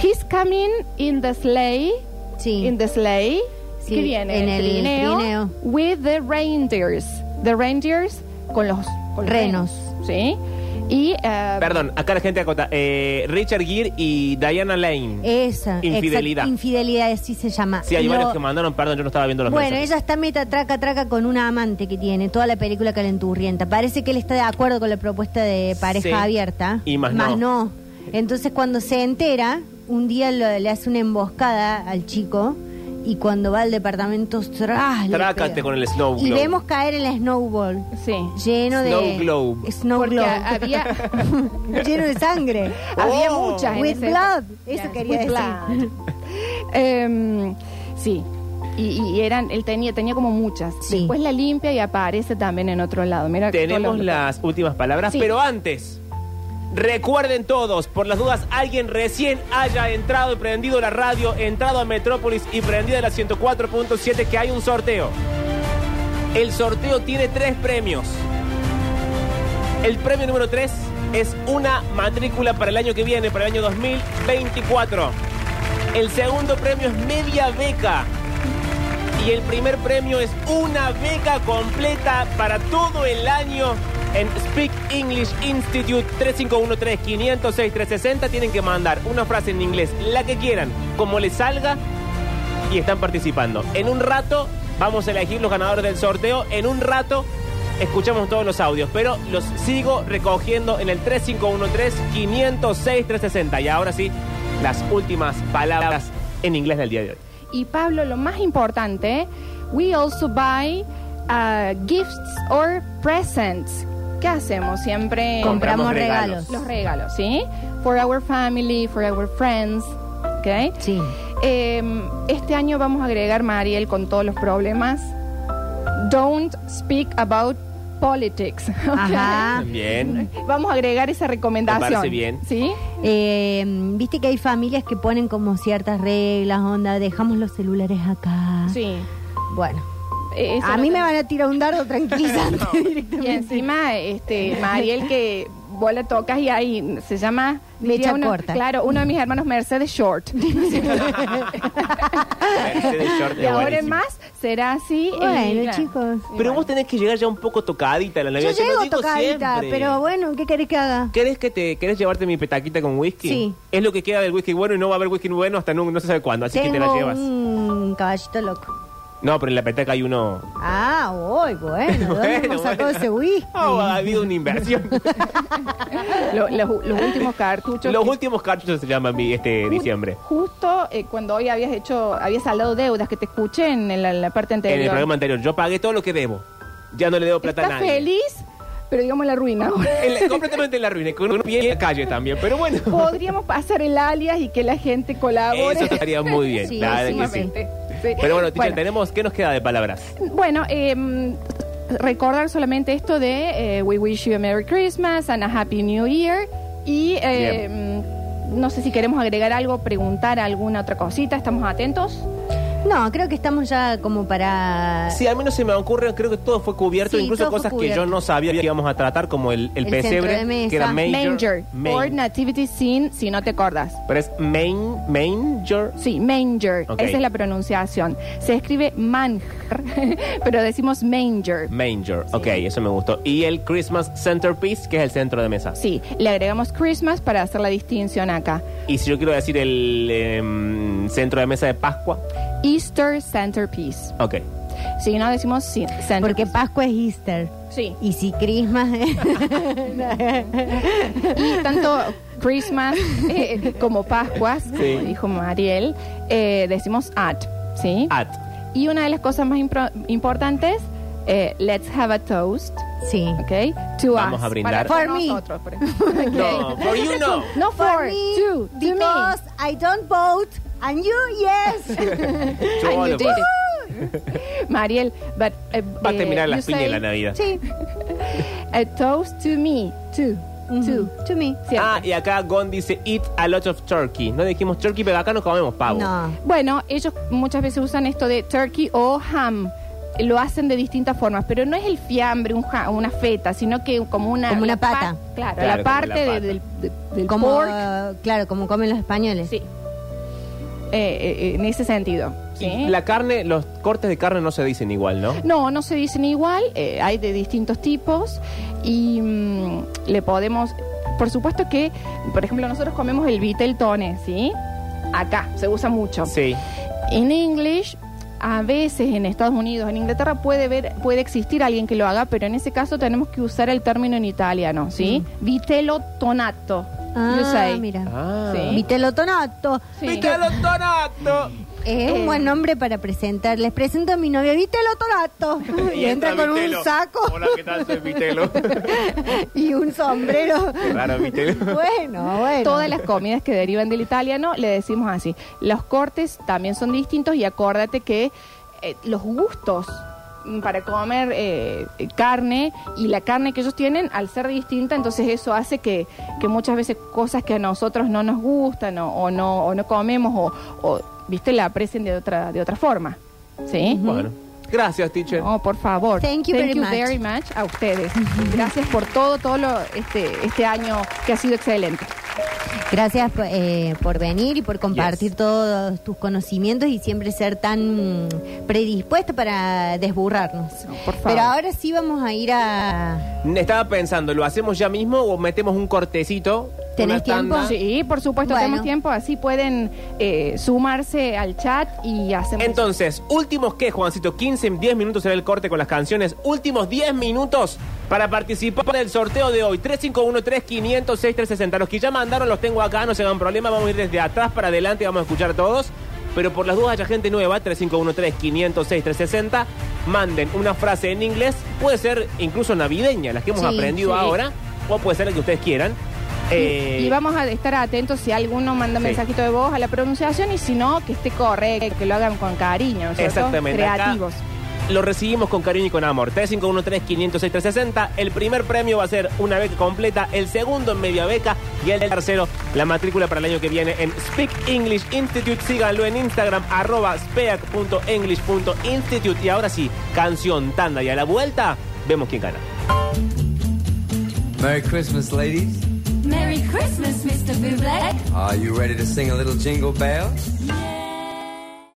S4: He's coming in the sleigh.
S3: Sí.
S4: In the sleigh.
S3: Sí,
S4: que viene
S3: en
S4: el,
S3: el
S4: trineo,
S3: trineo.
S4: With the reindeers. The reindeers con los, con los
S3: Renos.
S4: Sí. Y. eh,
S1: Perdón, acá la gente acota. Eh, Richard Gere y Diana Lane.
S3: Esa.
S1: Infidelidad.
S3: exact- infidelidad, así se llama.
S1: sí, hay
S3: Eh, Lo-
S1: varios que mandaron, perdón, yo no estaba viendo los
S3: Bueno,
S1: mensajes.
S3: ella está meta traca traca con una amante que tiene, toda la película calenturrienta. Parece que él está de acuerdo con la propuesta de pareja
S1: Sí.
S3: abierta.
S1: Y más no.
S3: Entonces cuando se entera, un día lo- le hace una emboscada al chico y cuando va al departamento, ¡tras! le
S1: Trácate
S3: pega.
S1: con el Snow
S3: Y
S1: Globe.
S3: vemos caer el snowball
S4: Sí.
S3: lleno de
S1: Snow globe.
S3: Snow
S4: Porque
S3: globe.
S4: había,
S3: [LAUGHS] lleno de
S4: [LAUGHS]
S3: sangre.
S4: había
S1: Oh.
S4: muchas. en
S3: With
S4: ese-
S3: blood,
S4: Yes,
S3: eso quería
S4: with
S3: decir.
S4: blood. [LAUGHS] Em, sí. Y, y eran, él tenía, tenía como muchas.
S3: Sí.
S4: Después la limpia y aparece también en otro lado. Mira, todo
S1: Tenemos
S4: lo-
S1: las últimas palabras,
S4: Sí.
S1: pero antes, recuerden todos, por las dudas, alguien recién haya entrado y prendido la radio, entrado a Metrópolis y prendido la 104.7, que hay un sorteo. El sorteo tiene tres premios. El premio número tres es una matrícula para el año que viene, para el año 2024. El segundo premio es media beca. Y el primer premio es una beca completa para todo el año en Speak English Institute 351-3506-360. Tienen que mandar una frase en inglés, la que quieran, como les salga, y están participando. En un rato vamos a elegir los ganadores del sorteo. En un rato escuchamos todos los audios, pero los sigo recogiendo en el 3513-506-360. Y ahora sí, las últimas palabras en inglés del día de hoy.
S4: Y Pablo, lo más importante, We also buy uh, gifts or presents. ¿Qué hacemos siempre?
S3: Compramos
S1: Compramos regalos.
S3: regalos.
S4: los regalos, ¿sí? For our family, for our friends, ¿ok?
S3: Sí.
S4: Eh, este año vamos a agregar, Mariel, con todos los problemas, don't speak about politics. [LAUGHS]
S3: [LAUGHS]
S4: ¿ok?
S3: Ajá.
S1: Bien.
S4: Vamos a agregar esa recomendación.
S1: Me parece bien.
S4: ¿Sí?
S3: Eh, Viste que hay familias que ponen como ciertas reglas, onda, dejamos los celulares acá.
S4: Sí.
S3: Bueno,
S4: Eh, eso
S3: Ah. a
S4: no
S3: mí
S4: te-
S3: me van a tirar un dardo tranquilizante
S4: [LAUGHS]
S3: [LAUGHS]
S4: Y
S3: directamente.
S4: encima, este, Mariel, que vos la tocas y ahí se llama.
S3: Mecha
S4: diría uno-
S3: corta.
S4: Claro, uno de mis hermanos Mercedes
S3: [LAUGHS]
S4: Short.
S1: Mercedes Short
S4: y
S1: es
S4: ahora en
S1: buenísimo.
S4: más será así. eh,
S3: Bueno,
S4: claro.
S3: chicos.
S1: Pero vos tenés que llegar ya un poco tocadita a la
S3: Yo
S1: Navidad. te lo
S3: llego
S1: digo
S3: tocadita,
S1: siempre.
S3: pero bueno, ¿qué querés que haga?
S1: ¿Querés, que te, ¿Querés llevarte mi petaquita con whisky?
S3: Sí.
S1: Es lo que queda del whisky bueno y no va a haber whisky bueno hasta no, no se sabe cuándo, así que te la
S3: Tengo
S1: llevas.
S3: un caballito loco.
S1: No, pero en la petaca hay
S3: [LAUGHS]
S1: uno.
S3: Ah,
S1: [LAUGHS]
S3: hoy, bueno, ¿dónde
S1: Bueno,
S3: hemos sacado
S1: bueno.
S3: ese whisky?
S1: Oh, ha habido una
S3: [LAUGHS]
S1: inversión.
S4: Lo- los, los últimos cartuchos.
S1: Los
S4: que-
S1: últimos cartuchos se llaman mi- este
S4: ju-
S1: diciembre.
S4: Justo eh, cuando hoy habías hecho, habías saldado deudas que te escuché en, la, en la parte anterior.
S1: En el programa anterior, yo pagué todo lo que debo. Ya no le debo plata
S4: Estás
S1: a nadie.
S4: feliz, pero digamos la ruina.
S3: [LAUGHS]
S1: En la- completamente en la ruina, con un pie en la calle también. Pero bueno,
S4: Podríamos pasar el alias y que la gente colabore.
S1: eso
S4: [LAUGHS]
S1: estaría muy bien.
S3: Sí,
S1: la verdad que sí.
S4: Sumamente. Sí.
S1: Pero bueno, teacher, tenemos, ¿qué nos queda de palabras?
S4: Bueno, em, recordar solamente esto de eh, We wish you a Merry Christmas and a Happy New Year. Y em, no sé si queremos agregar algo, preguntar alguna otra cosita, estamos atentos.
S3: No, creo que estamos ya como para...
S1: Sí, a mí no se me ocurre, creo que todo fue cubierto,
S3: Sí,
S1: incluso
S3: todo fue
S1: cosas que
S3: cubierto.
S1: yo no sabía que íbamos a tratar, como el, el
S3: El centro de
S1: pesebre,
S3: mesa.
S1: que era Manger.
S4: Manger, or
S1: main-
S4: Nativity Scene, si no te acordás.
S1: Pero es main, manger.
S4: Sí, manger,
S1: Ok.
S4: esa es la pronunciación. Se escribe manger, [LAUGHS] pero decimos manger.
S1: Manger, ok, eso me gustó. Y el Christmas Centerpiece, que es el centro de mesa.
S4: Sí, le agregamos Christmas para hacer la distinción acá.
S1: Y si yo quiero decir el em, centro de mesa de Pascua,
S4: Easter centerpiece.
S1: ok.
S4: Si no decimos cin- centerpiece.
S3: Porque Pascua es Easter.
S4: sí.
S3: Y si Christmas...
S4: Y tanto Christmas eh, como Pascuas,
S1: Sí.
S4: como dijo Mariel, eh, decimos at, ¿sí?
S1: At.
S4: Y una de las cosas más impro- importantes, eh, let's have a toast,
S3: [LAUGHS] sí.
S4: ¿ok? To
S1: Vamos
S4: us,
S1: a brindar.
S4: para- para
S3: For me.
S4: nosotros,
S1: [LAUGHS]
S4: por ejemplo.
S1: No, for you
S3: [LAUGHS]
S1: no.
S4: No for,
S3: me,
S4: to, to me.
S3: because I don't vote, and you, yes. [LAUGHS]
S1: Yo pues.
S4: And you
S1: hablo-
S4: did it.
S1: [LAUGHS]
S4: Mariel, but eh,
S1: Va a
S4: eh,
S1: terminar
S4: you
S1: las piñas
S4: say-
S1: la Navidad.
S4: Sí. [LAUGHS] A toast to me, to, to.
S3: Mm-hmm. To me.
S4: Siempre.
S1: Ah, y acá Gon dice eat a lot of turkey. No dijimos turkey, pero acá no comemos pavo.
S3: No.
S4: Bueno, ellos muchas veces usan esto de turkey o ham. Lo hacen de distintas formas, pero no es el fiambre, un ja- una feta, sino que como una...
S3: Como una
S4: la pa-
S3: pata.
S4: claro,
S1: Claro,
S4: la
S1: como
S4: parte
S1: la pata.
S4: de- del, de- del
S3: Como,
S4: pork.
S3: eh, claro, como comen los españoles.
S4: Sí. Eh, eh, en ese sentido. ¿sí?
S1: Y La carne, los cortes de carne no se dicen igual, ¿no?
S4: No, no se dicen igual, eh, hay de distintos tipos y mm, le podemos... Por supuesto que, por ejemplo, nosotros comemos el vitel tone, ¿sí? Acá, se usa mucho.
S1: Sí.
S4: en English. A veces en Estados Unidos, en Inglaterra puede ver, puede existir alguien que lo haga, pero en ese caso tenemos que usar el término en italiano, ¿sí? Vitello tonato. you
S3: Mm. Ah,
S4: say.
S3: mira.
S1: Ah.
S4: Sí.
S3: Vitelotonato.
S4: Sí.
S1: Tonato!
S3: Es
S4: Eh.
S3: un buen nombre para presentar. Les presento a mi novia Vitelotonato. [LAUGHS] Y entra con un saco
S1: Hola, ¿qué tal? Soy
S3: [LAUGHS]
S1: Vitelo.
S3: y un [LAUGHS] sombrero.
S1: Claro, Vitelo.
S3: Bueno, bueno.
S4: Todas las comidas que derivan del italiano le decimos así. Los cortes también son distintos y acuérdate que eh, los gustos mm, para comer eh, eh, carne y la carne que ellos tienen, al ser distinta, entonces eso hace que, que muchas veces cosas que a nosotros no nos gustan o, o no, o no comemos o, o, viste la aprecien de otra, de otra forma. ¿Sí?
S1: Bueno. Gracias, teacher.
S4: No, por favor.
S3: Thank you very much.
S4: a ustedes. Gracias por todo, todo lo, este, este año que ha sido excelente.
S3: Gracias po- eh, por venir y por compartir
S1: Yes.
S3: todos tus conocimientos y siempre ser tan mm, predispuesto para desburrarnos.
S4: No, por favor.
S3: Pero ahora sí vamos a ir a...
S1: Estaba pensando, ¿lo hacemos ya mismo o metemos un cortecito?
S3: ¿Tenés
S1: Una
S3: tiempo?
S1: tanda.
S4: Sí, por supuesto,
S3: Bueno.
S4: tenemos tiempo, así pueden eh, sumarse al chat y hacemos...
S1: Entonces, últimos qué, Juancito, 15, 10 minutos será el corte con las canciones. Últimos 10 minutos para participar del sorteo de hoy. 351-3500-6360. Los que ya mandaron los tengo acá, no se hagan problema. Vamos a ir desde atrás para adelante y vamos a escuchar a todos. Pero por las dudas haya gente nueva, 3513-506-360, manden una frase en inglés, puede ser incluso navideña, las que hemos
S3: Sí,
S1: aprendido
S3: sí.
S1: ahora, o puede ser la que ustedes quieran. Eh,
S4: Y, y vamos a estar atentos si alguno manda un
S1: Sí.
S4: mensajito de voz a la pronunciación y si no, que esté correcto, que lo hagan con cariño, ¿no es cierto?
S1: Exactamente, acá-
S4: Creativos.
S1: Lo recibimos con cariño y con amor. 3513-506-360. El primer premio va a ser una beca completa, el segundo en media beca y el tercero la matrícula para el año que viene en Speak English Institute. Síganlo en Instagram, arroba speak.english.institute. Y ahora sí, canción, tanda y a la vuelta, vemos quién gana.
S7: Merry Christmas, ladies.
S5: Merry Christmas, Mr. Buble.
S7: Are you ready to sing a little jingle bells?